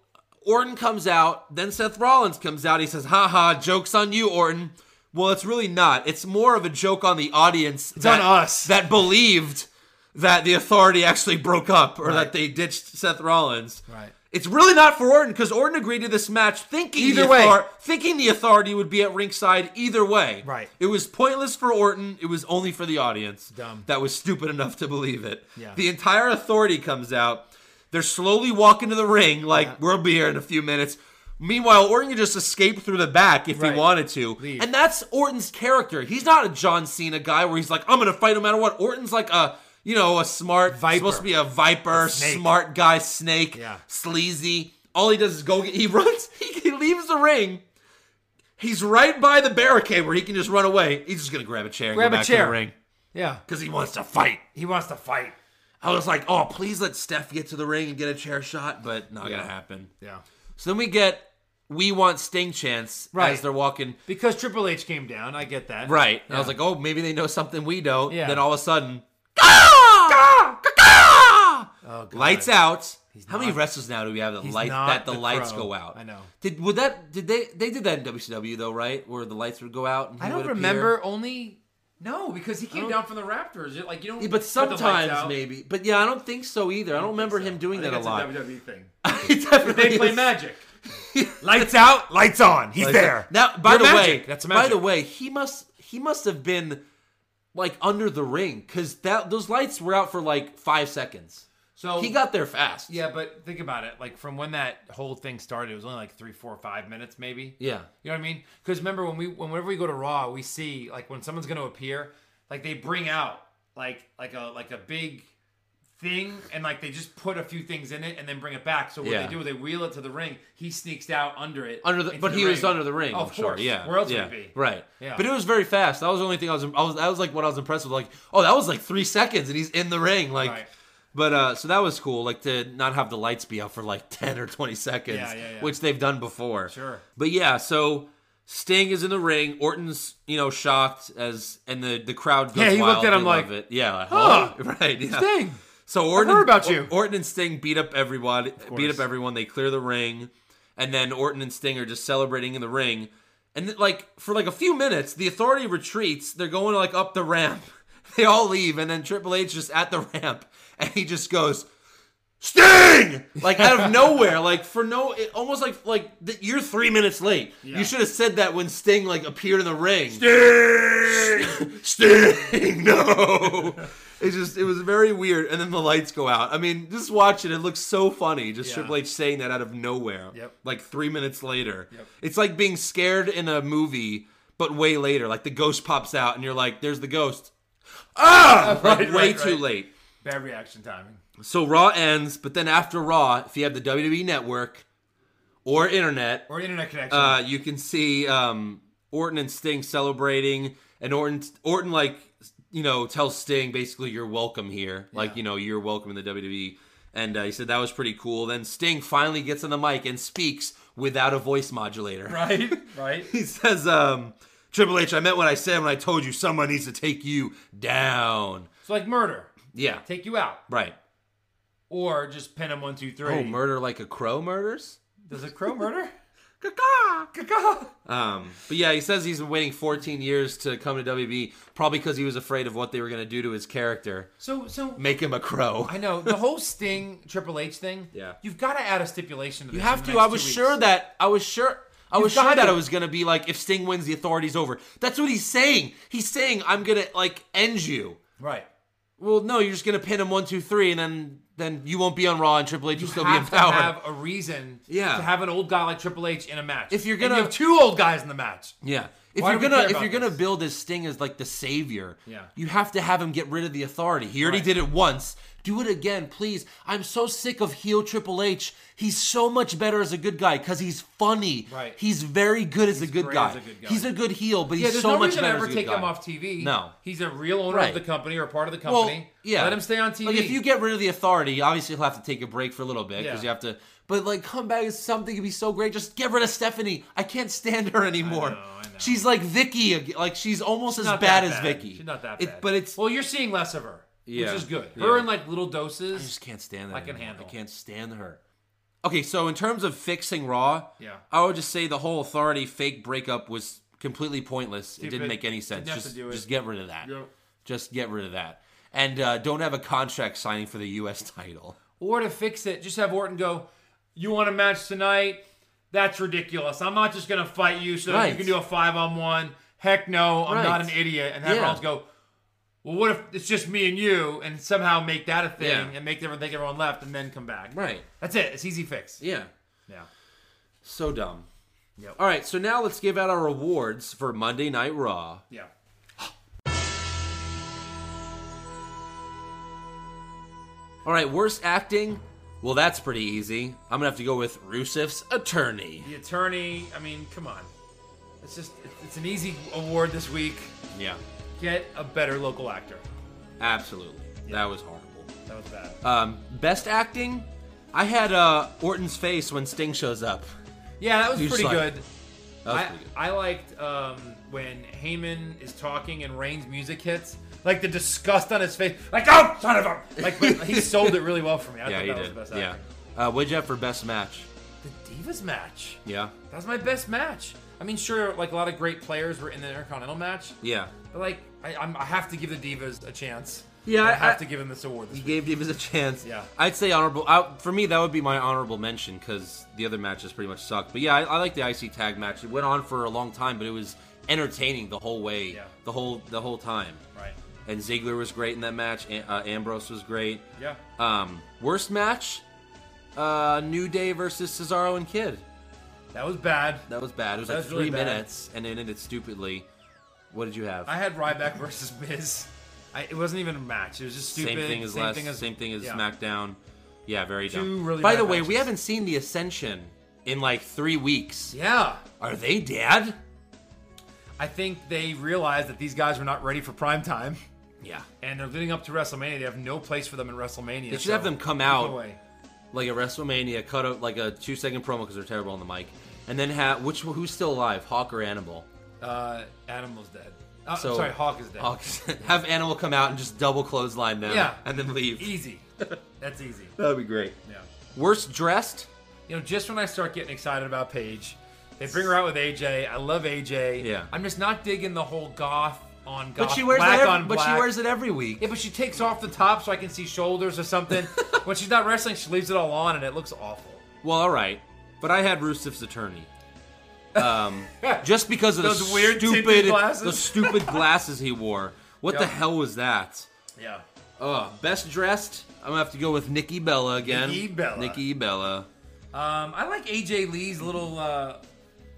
A: Orton comes out, then Seth Rollins comes out. He says, "Ha ha, jokes on you, Orton." Well, it's really not. It's more of a joke on the audience. It's
E: on us.
A: that believed that the authority actually broke up or that
E: Right.
A: they ditched Seth Rollins.
E: Right.
A: It's really not for Orton because Orton agreed to this match thinking
E: Either
A: the
E: way.
A: thinking the authority would be at ringside either way.
E: Right.
A: It was pointless for Orton. It was only for the audience
E: Dumb.
A: that was stupid enough to believe it.
E: Yeah.
A: The entire authority comes out. They're slowly walking to the ring like we'll be here in a few minutes. Meanwhile, Orton could just escape through the back if
E: Right.
A: he wanted to.
E: Leave.
A: And that's Orton's character. He's not a John Cena guy where he's like, I'm going to fight no matter what. Orton's like a, you know, a smart,
E: Viper.
A: supposed to be a viper,
E: snake.
A: smart guy, snake,
E: Yeah.
A: sleazy. All he does is go get, he [laughs] runs, he, he leaves the ring. He's right by the barricade where he can just run away. He's just going to grab a chair and
E: Grab
A: go
E: a
A: back to
E: chair.
A: the ring
E: Yeah.
A: because he wants to fight.
E: He wants to fight.
A: I was like, oh, please let Steph get to the ring and get a chair shot, but not going to happen.
E: Yeah.
A: So then we get We Want Sting Chance as
E: Right.
A: they're walking.
E: Because Triple H came down. I get that.
A: Right. And I
E: Yeah.
A: was like, oh, maybe they know something we don't.
E: Yeah.
A: Then all of a sudden, "Gah! Gah! Gah!
E: Oh, God.
A: lights out. How many
E: not-
A: wrestlers now do we have that
E: he's
A: light
E: not
A: that the,
E: the
A: lights
E: Crow.
A: go out?
E: I know.
A: Did would that did they they did that in WCW though, right? Where the lights would go out. And he
E: I
A: would
E: don't
A: appear.
E: remember only. No, because he came
A: don't-
E: down from the Raptors. It- Like you don't.
A: Yeah,
E: put
A: But
E: the lights out.
A: sometimes maybe. But yeah, I don't think so either. I don't, remember him doing
E: I
A: that
E: think
A: a
E: that's
A: lot. [laughs]
E: WWE thing.
A: It definitely
E: E. They play
A: is. [laughs]
E: Magic. lights out, lights on. He's there.
A: Now, by
E: You're
A: the
E: magic.
A: way,
E: that's
A: by
E: magic.
A: the way, he must he must have been like under the ring because that those lights were out for like five seconds.
E: so
A: He got there fast.
E: Yeah, but think about it. Like from when that whole thing started, it was only like three, four, five minutes, maybe.
A: yeah.
E: You know what I mean? Because remember when we, whenever we go to Raw, we see like when someone's going to appear, like they bring out like like a like a big thing, and like they just put a few things in it and then bring it back. So what
A: Yeah.
E: they do, they wheel it to the ring. He sneaks out under it.
A: Under the,
E: into
A: but he was under the ring.
E: Oh,
A: I'm
E: of
A: sure.
E: course.
A: Yeah,
E: Where else
A: yeah.
E: would he be?
A: Right.
E: Yeah.
A: But it was very fast. That was the only thing I was. I was. That was like what I was impressed with. Like, oh, that was like three seconds, and he's in the ring. Like,
E: [laughs] Right.
A: but uh, so that was cool. Like to not have the lights be out for like [laughs] ten or twenty seconds,
E: Yeah, yeah, yeah.
A: which they've done before.
E: Sure.
A: But yeah, so Sting is in the ring. Orton's you know shocked as and the the crowd. Goes
E: Yeah, he
A: wild.
E: looked at
A: They
E: him like,
A: love it. yeah, like,
E: "Huh,
A: oh, [laughs] right, yeah.
E: Sting.
A: So Orton,
E: heard about you.
A: Or- Orton and Sting beat up everyone. Beat up everyone. They clear the ring, and then Orton and Sting are just celebrating in the ring. And th- like for like a few minutes, the Authority retreats. They're going like up the ramp. [laughs] They all leave, and then Triple H just at the ramp, [laughs] and he just goes. Sting! Like out
E: [laughs]
A: of nowhere, like for no, it, almost like like th- you're three minutes late. You should have said that when Sting like appeared in the ring. [laughs] Sting, no. It's just it was very weird, and then the lights go out. I mean, just watch it; it looks so funny. Just
E: Yeah.
A: Triple H saying that out of nowhere,
E: Yep.
A: like three minutes later. It's like being scared in a movie, but way later. Like the ghost pops out, and you're like, "There's the ghost." Ah,
E: [laughs]
A: Like,
E: Right,
A: way
E: right,
A: too
E: right.
A: late.
E: Bad reaction timing.
A: So Raw ends, but then after Raw, if you have the WWE Network or internet,
E: Or internet connection.
A: uh, you can see um, Orton and Sting celebrating, and Orton Orton like you know tells Sting basically you're welcome here, like you know you're welcome in the WWE, and uh, he said that was pretty cool. Then Sting finally gets on the mic and speaks without a voice modulator.
E: [laughs] right, right.
A: [laughs] He says, um, "Triple H, I meant what I said when I told you someone needs to take you down."
E: It's like murder.
A: Yeah,
E: Take you out,
A: right.
E: or just pin him one, two, three.
A: Oh, murder like a crow murders.
E: Does a crow murder? [laughs]
A: Um, but yeah, he says he's been waiting 14 years to come to WB, probably because he was afraid of what they were going to do to his character,
E: So, so
A: make him a crow.
E: I know the whole Sting Triple H thing.
A: Yeah.
E: you've got to add a stipulation to
A: You
E: this.
A: have
E: in the
A: to. I
E: next
A: was
E: two
A: sure
E: weeks.
A: that I was sure. I was
E: got
A: sure that
E: to.
A: I was gonna be like, if Sting wins, the authority's over. That's what he's saying. He's saying, I'm gonna like end you.
E: right.
A: Well, no, you're just gonna pin him one, two, three, and then then you won't be on Raw, and Triple H will
E: You
A: still be in
E: have to
A: power.
E: have a reason.
A: Yeah.
E: to have an old guy like Triple H in a match.
A: If you're
E: And
A: gonna-
E: you have two old guys in the match.
A: Yeah. If
E: Why
A: you're
E: do we
A: gonna
E: care
A: if
E: about
A: you're gonna
E: this?
A: build as Sting as like the savior,
E: Yeah.
A: you have to have him get rid of the authority. He already
E: Right.
A: did it once. Do it again, please. I'm so sick of heel Triple H. He's so much better as a good guy because he's funny.
E: Right.
A: He's very good as, a, good
E: great as
A: guy.
E: a good guy.
A: He's a good heel, but he's
E: Yeah, there's
A: so
E: no
A: much
E: reason to
A: better
E: ever
A: as a good
E: take
A: guy.
E: him off TV.
A: No.
E: he's a real owner
A: Right.
E: of the company or part of the
A: Well,
E: company.
A: yeah.
E: let him stay on TV.
A: Like if you get rid of the authority, obviously he'll have to take a break for a little bit because
E: Yeah.
A: you have to. But like, come back as something could be so great. Just get rid of Stephanie. I can't stand her anymore.
E: know, I know.
A: She's like Vicky. ag- Like she's almost as
E: Not
A: bad
E: that
A: as Vicky.
E: she's not that
A: It-
E: bad.
A: but it's
E: well, you're seeing less of her,
A: Yeah.
E: which is good.
A: Yeah.
E: Her in like little doses.
A: I just can't stand that.
E: I can
A: anymore.
E: handle.
A: I can't stand her. Okay, so in terms of fixing Raw,
E: Yeah.
A: I would just say the whole authority fake breakup was completely pointless. It didn't
E: Stupid.
A: make any sense.
E: Didn't have
A: Just,
E: to do it.
A: just get rid of that.
E: Yep.
A: Just get rid of that.
H: and uh, don't have a contract signing for the
A: [laughs]
H: U.S. title.
E: Or to fix it, just have Orton go, You want a match tonight? That's ridiculous. I'm not just going to fight you so that you
H: Right.
E: can do a five on one. Heck no, I'm not an
H: Right.
E: idiot. And have
H: Yeah.
E: Rollins go, Well, what if it's just me and you? And somehow make that a thing
A: Yeah.
E: and make everyone think everyone left and then come back.
A: Right.
E: That's it. It's easy fix.
A: Yeah.
E: Yeah.
A: So dumb.
E: Yep.
A: All right, so now let's give out our awards for Monday Night Raw.
E: Yeah.
A: All right, worst acting? Well, that's pretty easy. I'm going to have to go with Rusev's attorney.
E: The attorney, I mean, come on. It's just, it's- it's an easy award this week.
A: Yeah,
E: Get a better local actor.
A: absolutely. That was horrible.
E: That was bad.
A: Um, best acting? I had uh, Orton's face when Sting shows up.
E: yeah, that was
A: you
E: pretty
A: suck.
E: good.
A: That was
E: I,
A: pretty good.
E: I liked um, when Heyman is talking and Reigns' music hits. Like the disgust on his face, like oh son of a! Like
A: [laughs]
E: but he sold it really well for me. I
A: yeah,
E: thought
A: he
E: that
A: did.
E: was the best
A: Yeah.
E: acting.
A: Uh, what'd you have for best match?
E: The Divas match.
A: Yeah.
E: That was my best match. I mean, sure, like a lot of great players were in the Intercontinental match,
A: Yeah.
E: but like I, I'm, I have to give the Divas a chance.
A: Yeah,
E: I,
A: I-
E: have
A: I-
E: to give him this award. This
A: You
E: week.
A: gave Divas a chance.
E: Yeah.
A: I'd say honorable. I, for me, that would be my honorable mention because the other matches pretty much sucked. But yeah, I, I like the IC tag match. It went on for a long time, but it was entertaining the whole way,
E: Yeah.
A: the whole the whole time.
E: Right.
A: And Ziggler was great in that match. A- uh, Ambrose was great.
E: Yeah.
A: Um, worst match, uh, New Day versus Cesaro and Kid.
E: That was bad.
A: That was bad. It was
E: That
A: like
E: was
A: three
E: really bad.
A: minutes, and it ended stupidly. What did you have?
E: I had Ryback [laughs] versus Miz. I, it wasn't even a match. It was just stupid.
A: same thing as last. same thing as
E: yeah.
A: SmackDown. Yeah, very dumb.
E: really
A: By
E: bad
A: the way, we
E: matches.
A: haven't seen the Ascension in like three weeks.
E: Yeah.
A: Are they dead?
E: I think they realized that these guys were not ready for prime time,
A: Yeah.
E: and they're leading up to WrestleMania. They have no place for them in WrestleMania.
A: They should
E: so-
A: have them come out
E: away.
A: like a WrestleMania, cut out like a two second promo because they're terrible on the mic, and then have which who's still alive, Hawk or Animal?
E: Uh, Animal's dead. Uh,
A: So
E: sorry, Hawk is dead.
A: Hawk [laughs] is- have Animal come out and just double clothesline them,
E: Yeah.
A: and then
E: [laughs]
A: leave. [laughs]
E: Easy. That's easy.
A: That'd be great.
E: Yeah.
A: Worst dressed?
E: You know, just when I start getting excited about Paige, they bring her out with AJ. I love AJ.
A: Yeah.
E: I'm just not digging the whole goth on goth.
A: But she wears
E: black
A: that.
E: on
A: Every, but she
E: black.
A: wears it every week.
E: Yeah, but she takes off the top so I can see shoulders
A: [laughs]
E: or something. when she's not wrestling, she leaves it all on, and it looks awful.
A: Well, all right, but I had Rusev's attorney. Um, just because of
E: Those
A: the
E: weird tinted
A: stupid
E: glasses?
A: the
E: [laughs]
A: stupid glasses he wore. What the
E: Yep.
A: hell was that?
E: Yeah.
A: Ugh, best dressed. I'm gonna have to go with Nikki Bella again.
E: Nikki Bella.
A: Nikki Bella.
E: Um, I like AJ Lee's little uh,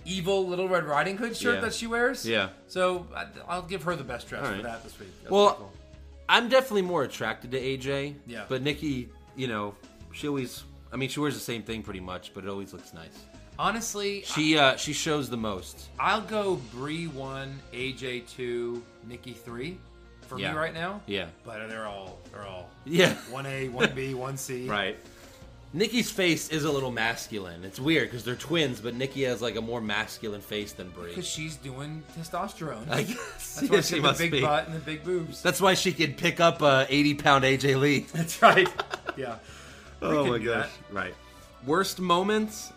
E: evil little Red Riding Hood shirt
A: Yeah.
E: that she wears.
A: Yeah.
E: So I, I'll give her the best dress for
A: right.
E: that this week. That's
A: Well,
E: pretty cool.
A: I'm definitely more attracted to AJ.
E: Yeah.
A: But Nikki, you know, she always. I mean, she wears the same thing pretty much, but it always looks nice.
E: honestly,
A: She uh, she shows the most.
E: I, will go Bree one, AJ two, Nikki three for
A: Yeah.
E: me right now.
A: Yeah.
E: But they're all they're all
A: Yeah.
E: one A, one
A: [laughs]
E: B, one C.
A: Right. Nikki's face is a little masculine. It's weird because they're twins, but Nikki has like a more masculine face than Brie.
E: Because she's doing testosterone.
A: I [laughs] guess
E: That's
A: Yeah,
E: why she, has the big butt and the big boobs. [laughs]
A: That's why she could pick up a 80 pound AJ [laughs] Lee.
E: That's right. yeah.
A: oh
E: could do
A: Right. Worst moments?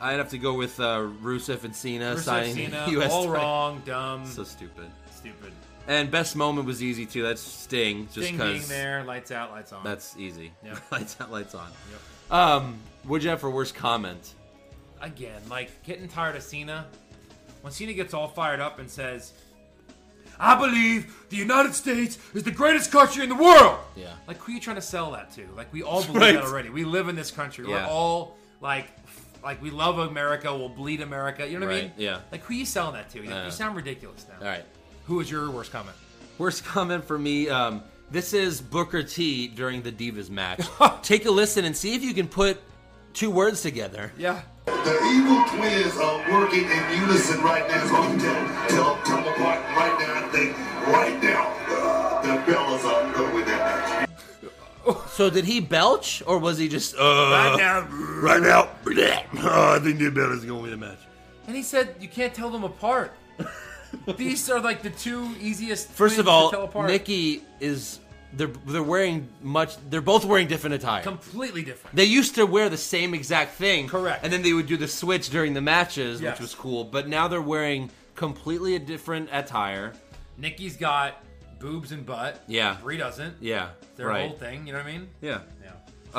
A: I'd have to go with uh, Rusev and Cena
E: Versus
A: signing [laughs]
E: Cena,
A: the U.S.
E: all
A: title.
E: wrong, dumb,
A: So stupid.
E: stupid.
A: And best moment was easy too. That's Sting, just
E: Ding, being
A: because
E: there, lights out, lights on.
A: that's easy.
E: Yeah.
A: [laughs] lights out, lights on. Um, what'd you have for worst comment?
E: again, like getting tired of Cena. When Cena gets all fired up and says, "I believe the United States is the greatest country in the world,"
A: Yeah.
E: like who are you trying to sell that to? Like
A: [laughs]
E: we all believe
A: Right.
E: that already. We live in this country. We're
A: Yeah.
E: all like, f- like we love America. We'll bleed America. You know what I mean?
A: Right, yeah.
E: Like who you selling that to? You,
A: Yeah.
E: you sound ridiculous now.
A: All right.
E: Who was your worst comment?
A: Worst comment for me. Um, this is Booker T during the Divas
E: [laughs]
A: match.
E: Oh.
A: Take a listen and see if you can put two words together.
E: Yeah.
G: The evil twins are working in unison right now. So you tell, tell them come apart right now. I think right now uh, the Bellas are going to win that match.
A: So did he belch or was he just uh,
E: Right now.
A: right now? [laughs] bleh. Oh, I think the Bellas gonna win the match.
E: And he said, "You can't tell them
A: [laughs]
E: apart." These are like the two easiest.
A: First
E: twins
A: of
E: to tell
A: all,
E: apart.
A: Nikki is they're they're wearing much. They're both wearing different attire.
E: completely different.
A: they used to wear the same exact thing,
E: Correct.
A: And then they would do the switch during the matches,
E: Yes.
A: which was cool. But now they're wearing completely a different attire.
E: Nikki's got boobs and butt.
A: Yeah.
E: Brie doesn't.
A: Yeah,
E: Their
A: right.
E: whole thing. You know what I mean?
A: Yeah.
E: Yeah.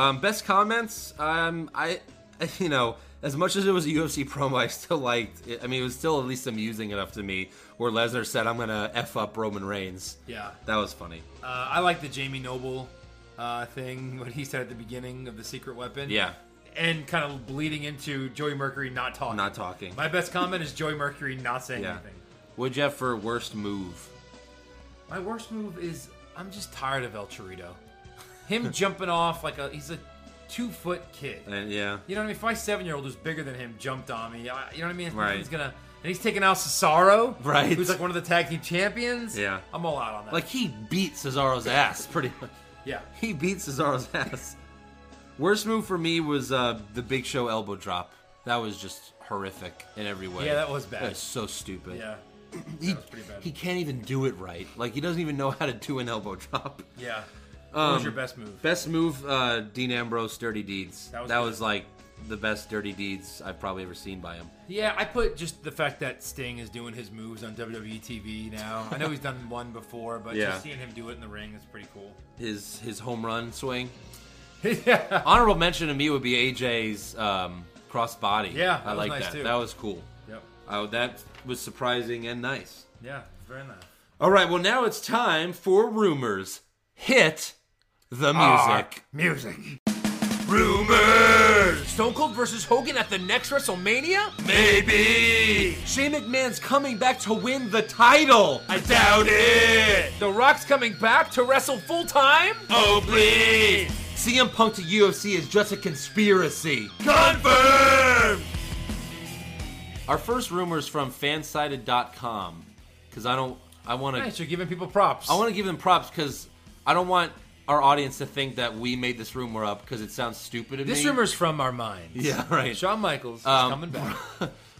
A: Um, best comments. Um, I, [laughs] you know, as much as it was a UFC promo, I still liked. It. I mean, it was still at least amusing enough to me. Where Lesnar said, "I'm gonna f up Roman Reigns."
E: Yeah.
A: That was funny.
E: Uh, I like the Jamie Noble uh, thing, [laughs] what he said at the beginning of the secret weapon.
A: Yeah.
E: And kind of bleeding into Joey Mercury not talking.
A: Not talking.
E: My best comment is Joey Mercury not saying
A: Yeah.
E: anything.
A: Would you have for worst move?
E: My worst move is I'm just tired of El Chorito. Him [laughs] jumping off like a he's a two foot kid.
A: And yeah,
E: You know what I mean? If my seven year old who's bigger than him jumped on me, I, you know what I mean? It's-
A: Right.
E: He's gonna and he's taking out Cesaro,
A: Right.
E: Who's like one of the tag team champions.
A: Yeah.
E: I'm all out on that.
A: like he beat Cesaro's ass pretty much. [laughs]
E: yeah,
A: He beat Cesaro's ass. Worst move for me was uh, the Big Show elbow drop. That was just horrific in every way.
E: Yeah, that was bad.
A: That was so stupid.
E: yeah,
A: he,
E: was pretty bad.
A: he can't even do it right. Like he doesn't even know how to do an elbow [laughs] drop.
E: yeah.
A: Um,
E: what was your best move?
A: Best move, uh, Dean Ambrose, Dirty Deeds. That
E: That
A: was,
E: was
A: that
E: good.
A: was like the best Dirty Deeds I've probably ever seen by him.
E: Yeah, I put just the fact that Sting is doing his moves on WWE TV now. I know he's done one before,
A: [laughs]
E: but
A: Yeah.
E: just seeing him do it in the ring is pretty cool. [laughs]
A: His his home run swing.
E: yeah,
A: Honorable mention to me would be AJ's um, cross body.
E: Yeah, that
A: I
E: was
A: like
E: nice
A: that.
E: too.
A: That was cool.
E: yep,
A: Oh, that was surprising and nice.
E: yeah, very nice.
A: All right, well now it's time for rumors. Hit the
E: Ah.
A: music.
E: Music.
H: Stone Cold versus Hogan at the next WrestleMania? Maybe.
A: Shane McMahon's coming back to win the title.
H: I doubt it.
A: The Rock's coming back to wrestle full time?
H: Oh, please.
A: CM Punk to UFC is just a conspiracy.
H: Confirm.
A: Our first rumor is from fansided.com because I don't, I want to,
E: Nice, you're giving people props.
A: I want to give them props because I don't want our audience to think that we made this rumor up because it sounds stupid to me.
E: this rumor's from our minds.
A: yeah, right.
E: Shawn Michaels is
A: Um, [laughs]
E: coming back.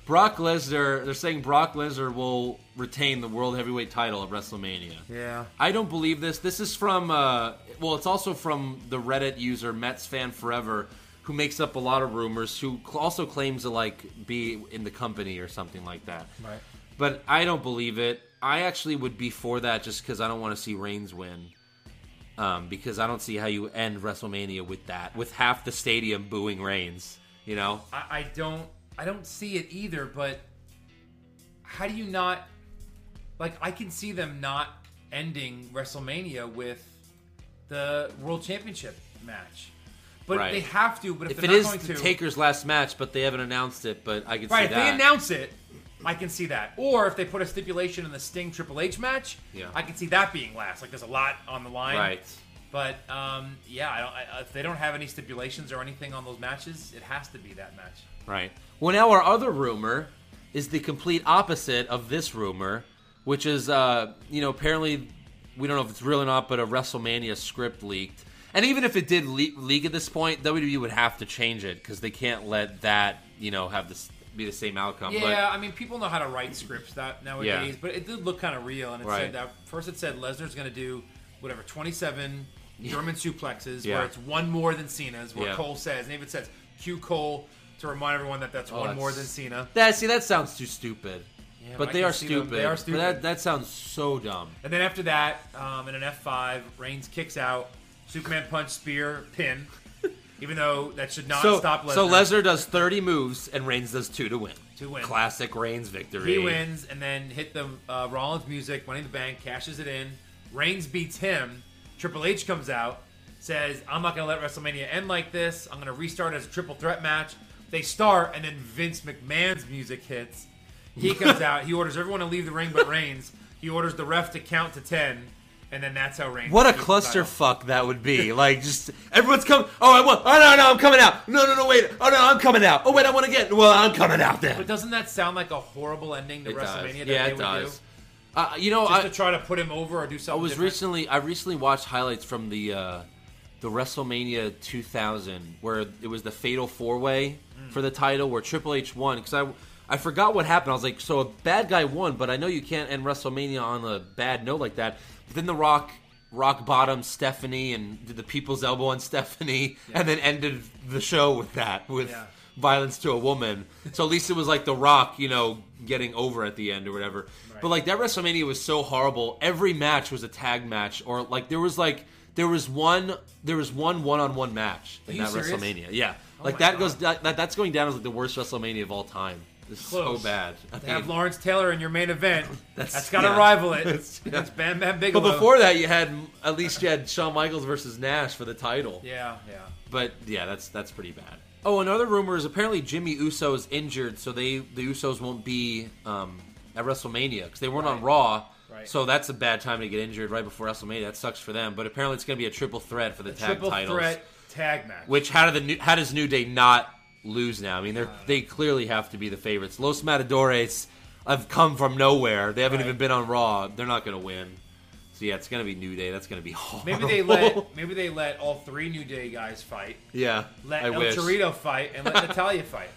A: Brock Lesnar, they're saying Brock Lesnar will retain the World Heavyweight title at WrestleMania.
E: Yeah.
A: I don't believe this. This is from, uh, well, it's also from the Reddit user Mets Fan Forever, who makes up a lot of rumors, who cl- also claims to like be in the company or something like that.
E: Right.
A: But I don't believe it. I actually would be for that just because I don't want to see Reigns win. Um, because I don't see how you end WrestleMania with that, with half the stadium booing Reigns. You know,
E: I, I don't I don't see it either, but how do you not like I can see them not ending WrestleMania with the World Championship match. But
A: Right.
E: they have to, but if,
A: if it
E: they're
A: is
E: not going to
A: Taker's last match, but they haven't announced it, but I could
E: Right,
A: see
E: if
A: that.
E: they announce it, I can see that. Or if they put a stipulation in the Sting Triple H match,
A: Yeah.
E: I can see that being last. Like there's a lot on the line.
A: right?
E: But um, yeah, I don't, I, if they don't have any stipulations or anything on those matches, it has to be that match.
A: Right. Well, now our other rumor is the complete opposite of this rumor, which is, uh, you know, apparently, we don't know if it's real or not, but a WrestleMania script leaked. And even if it did le- leak at this point, WWE would have to change it because they can't let that, you know, have this be the same outcome.
E: Yeah,
A: But-
E: I mean, people know how to write scripts that nowadays,
A: Yeah.
E: but it did look kind of real. And it
A: Right.
E: said that first it said Lesnar's going to do whatever
A: [laughs]
E: twenty-seven German suplexes,
A: Yeah.
E: where it's one more than Cena's, where
A: Yeah.
E: Cole says, and even says Q Cole to remind everyone that that's
A: Oh,
E: one more than
A: that's-
E: Cena.
A: that see that sounds too stupid.
E: Yeah,
A: but
E: I
A: they
E: can
A: are
E: see them.
A: stupid.
E: They are
A: But that
E: stupid.
A: that sounds so dumb.
E: And then after that, um, in an F five, Reigns kicks out, Superman punch, spear,
A: [laughs]
E: pin. Even though that should not
A: so
E: stop Lesnar.
A: so Lesnar does 30 moves and Reigns does two to win.
E: To win.
A: Classic Reigns victory.
E: He wins and then hit the uh, Rollins music, Money in the Bank, cashes it in. Reigns beats him. Triple H comes out, says, I'm not going to let WrestleMania end like this. I'm going to restart as a triple threat match. They start, and then Vince McMahon's music hits.
A: [laughs]
E: He comes out. He orders everyone to leave the ring but Reigns. He orders the ref to count to 10, and then that's how Reigns.
A: What a
E: wins the title.
A: clusterfuck that would be! Like, just everyone's coming. Oh, I want. Oh no, no, I'm coming out. No, no, no, wait. Oh no, I'm coming out. Oh wait, I want to get. Well, I'm coming out then.
E: But doesn't that sound like a horrible ending to
A: It does.
E: WrestleMania that
A: Yeah,
E: they
A: it
E: would
A: does.
E: do?
A: Uh, you know,
E: Just
A: I,
E: to try to put him over or do
A: I
E: something.
A: was
E: different?
A: recently. I recently watched highlights from the uh, the WrestleMania 2000, where it was the Fatal Four Way
E: Mm.
A: for the title, where Triple H won. Because I I forgot what happened. I was like, so a bad guy won, but I know you can't end WrestleMania on a bad note like that. But then The Rock. Rock bottom Stephanie and did the people's elbow on Stephanie, and then ended the show with that with
E: Yeah.
A: violence to a woman. So at least it was like The Rock, you know, getting over at the end or whatever. But like that WrestleMania was so horrible. Every match was a tag match, or like there was like there was one there was one one on one match in
E: you
A: that
E: serious? Oh
A: WrestleMania. Yeah,
E: my
A: like that
E: God.
A: goes that, that that's going down as like the worst WrestleMania of all time. It's
E: Close.
A: so bad. I
E: To
A: mean-
E: have Lawrence Taylor in your main event,
A: [laughs] That's-
E: that's got to
A: yeah.
E: rival it.
A: That's- yeah.
E: [laughs] That's Bam Bam Bigelow.
A: but before that, you had at least you had Shawn Michaels versus Nash for the title.
E: yeah, yeah.
A: But yeah, that's that's pretty bad. Oh, another rumor is apparently Jimmy Uso is injured, so they the Usos won't be um, at WrestleMania because they weren't on Raw.
E: Right.
A: So that's a bad time to get injured right before WrestleMania. That sucks for them. But apparently it's going to be a triple threat for the tag
E: Triple
A: titles.
E: threat tag match.
A: Which how do the new, how does New Day not lose now? I mean, they
E: Uh,
A: are they clearly have to be the favorites. Los Matadores have come from nowhere. They haven't
E: Right.
A: even been on Raw. They're not going to win. So yeah, it's going to be New Day. That's going to be [laughs] horrible. [laughs]
E: maybe they let maybe they let all three New Day guys fight.
A: yeah.
E: Let
A: I
E: El
A: wish.
E: Torito fight
A: [laughs]
E: and let Natalia fight.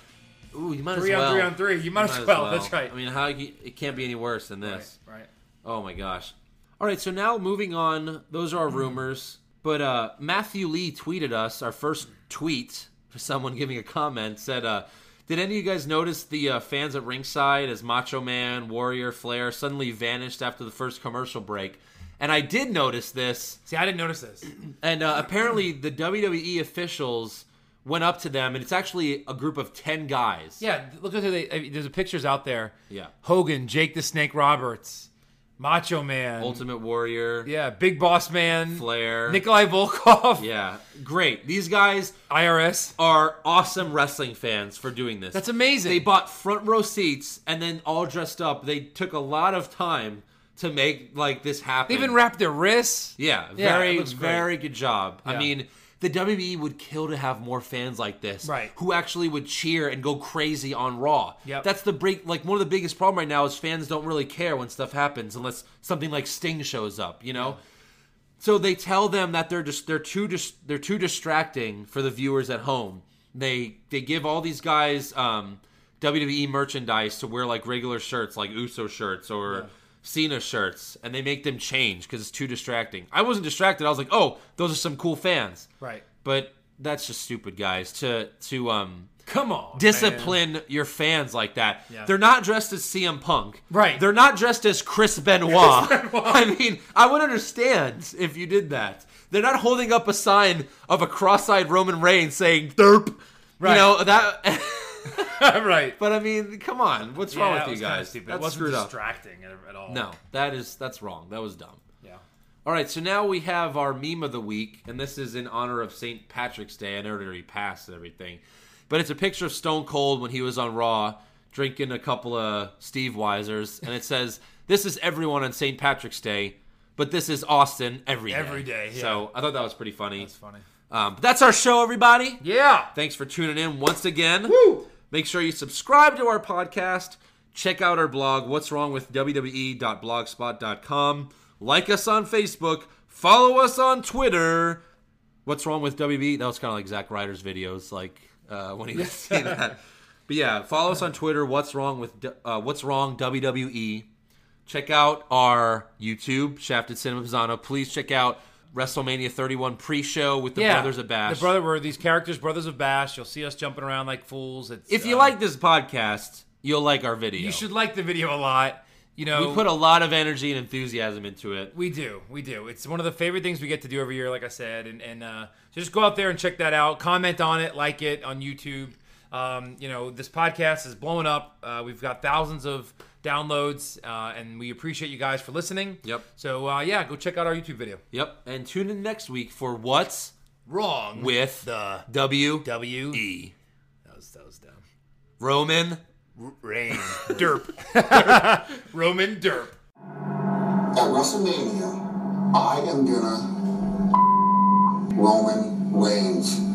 A: Ooh, you might
E: Three
A: as
E: on
A: well.
E: three on three. You might as well. That's right.
A: I mean, how you, it can't be any worse than this.
E: Right, right.
A: Oh my gosh. All right, so now moving on. Those are
E: Mm.
A: our rumors. But uh, Matthew Lee tweeted us our first tweet. Someone giving a comment said, uh, "Did any of you guys notice the uh, fans at ringside as Macho Man, Warrior, Flair suddenly vanished after the first commercial break?" And I did notice this.
E: See, I didn't notice
A: [clears throat]
E: this.
A: And uh,
E: [clears throat]
A: apparently, the WWE officials went up to them, and it's actually a group of ten guys.
E: Yeah, look at who they. I mean, there's pictures out there.
A: Yeah.
E: Hogan, Jake the Snake Roberts, Macho Man,
A: Ultimate Warrior,
E: yeah, Big Boss Man,
A: Flair,
E: Nikolai Volkov,
A: Yeah, great. These guys
E: IRS.
A: are awesome wrestling fans for doing this.
E: That's amazing.
A: They bought front row seats and then all dressed up. They took a lot of time to make like this happen.
E: They even wrapped their wrists.
A: Yeah,
E: Yeah, it
A: very
E: looks great.
A: very good job.
E: Yeah.
A: I mean, the WWE would kill to have more fans like this,
E: Right.
A: Who actually would cheer and go crazy on Raw.
E: Yep.
A: that's the break. Like one of the biggest problem right now is fans don't really care when stuff happens unless something like Sting shows up, you know. So they tell them that they're just they're too dis- they're too distracting for the viewers at home. They they give all these guys um, WWE merchandise to wear like regular shirts, like Uso shirts or Cena shirts, and they make them change because it's too distracting. I wasn't distracted. I was like, oh, those are some cool fans.
E: Right.
A: But that's just stupid, guys. To to um
E: Come on.
A: discipline your fans like that.
E: Yeah.
A: They're not dressed as CM Punk.
E: Right.
A: They're not dressed as
E: [laughs]
A: Chris Benoit. I mean, I would understand if you did that. They're not holding up a sign of a cross-eyed Roman Reigns saying "derp."
E: Right.
A: You know that. [laughs]
E: Man. [laughs] right.
A: but I mean, come on, what's
E: Yeah,
A: wrong
E: that
A: with
E: was
A: you
E: kinda
A: guys?
E: Stupid.
A: That's
E: it wasn't
A: screwed up.
E: distracting at, at all.
A: No, that is that's wrong. That was dumb.
E: Yeah.
A: All right, so now we have our meme of the week, and this is in honor of St. Patrick's Day. I know it already passed and everything, but it's a picture of Stone Cold when he was on Raw drinking a couple of Steve Weisers, and it says, "This is everyone on St. Patrick's Day, but this is Austin every day."
E: Every day, yeah.
A: So I thought that was pretty funny.
E: It's funny.
A: Um, but that's our show, everybody.
E: Yeah.
A: Thanks for tuning in once again. Make sure you subscribe to our podcast. Check out our blog, what's wrong with E WWE.blogspot.com. Like us on Facebook. Follow us on Twitter. What's wrong with WWE? That was kind of like Zack Ryder's videos, like uh, when he
E: [laughs]
A: was saying that. But yeah, follow us on Twitter. What's wrong with D- uh, What's wrong WWE? Check out our YouTube, Shafted Cinema Pisano. Please check out WrestleMania 31 pre-show with the
E: yeah.
A: Brothers of Bash.
E: The brother were these characters, brothers of Bash. You'll see us jumping around like fools. It's,
A: If you
E: uh,
A: like this podcast, you'll like our video.
E: you should like the video a lot. You know,
A: We put a lot of energy and enthusiasm into it.
E: We do, we do. It's one of the favorite things we get to do every year, like I said, and and uh, so just go out there and check that out. Comment on it, like it on YouTube. Um, you know, this podcast is blowing up. Uh, we've got thousands of downloads, uh, and we appreciate you guys for listening.
A: Yep.
E: So uh, yeah, go check out our YouTube video.
A: Yep. And tune in next week for what's
E: Wrong
A: with
E: the
A: W
E: W.
A: E
E: That was that was dumb.
A: Roman.
E: Rain derp. Roman [laughs] derp.
I: At WrestleMania, I am gonna Roman Reigns.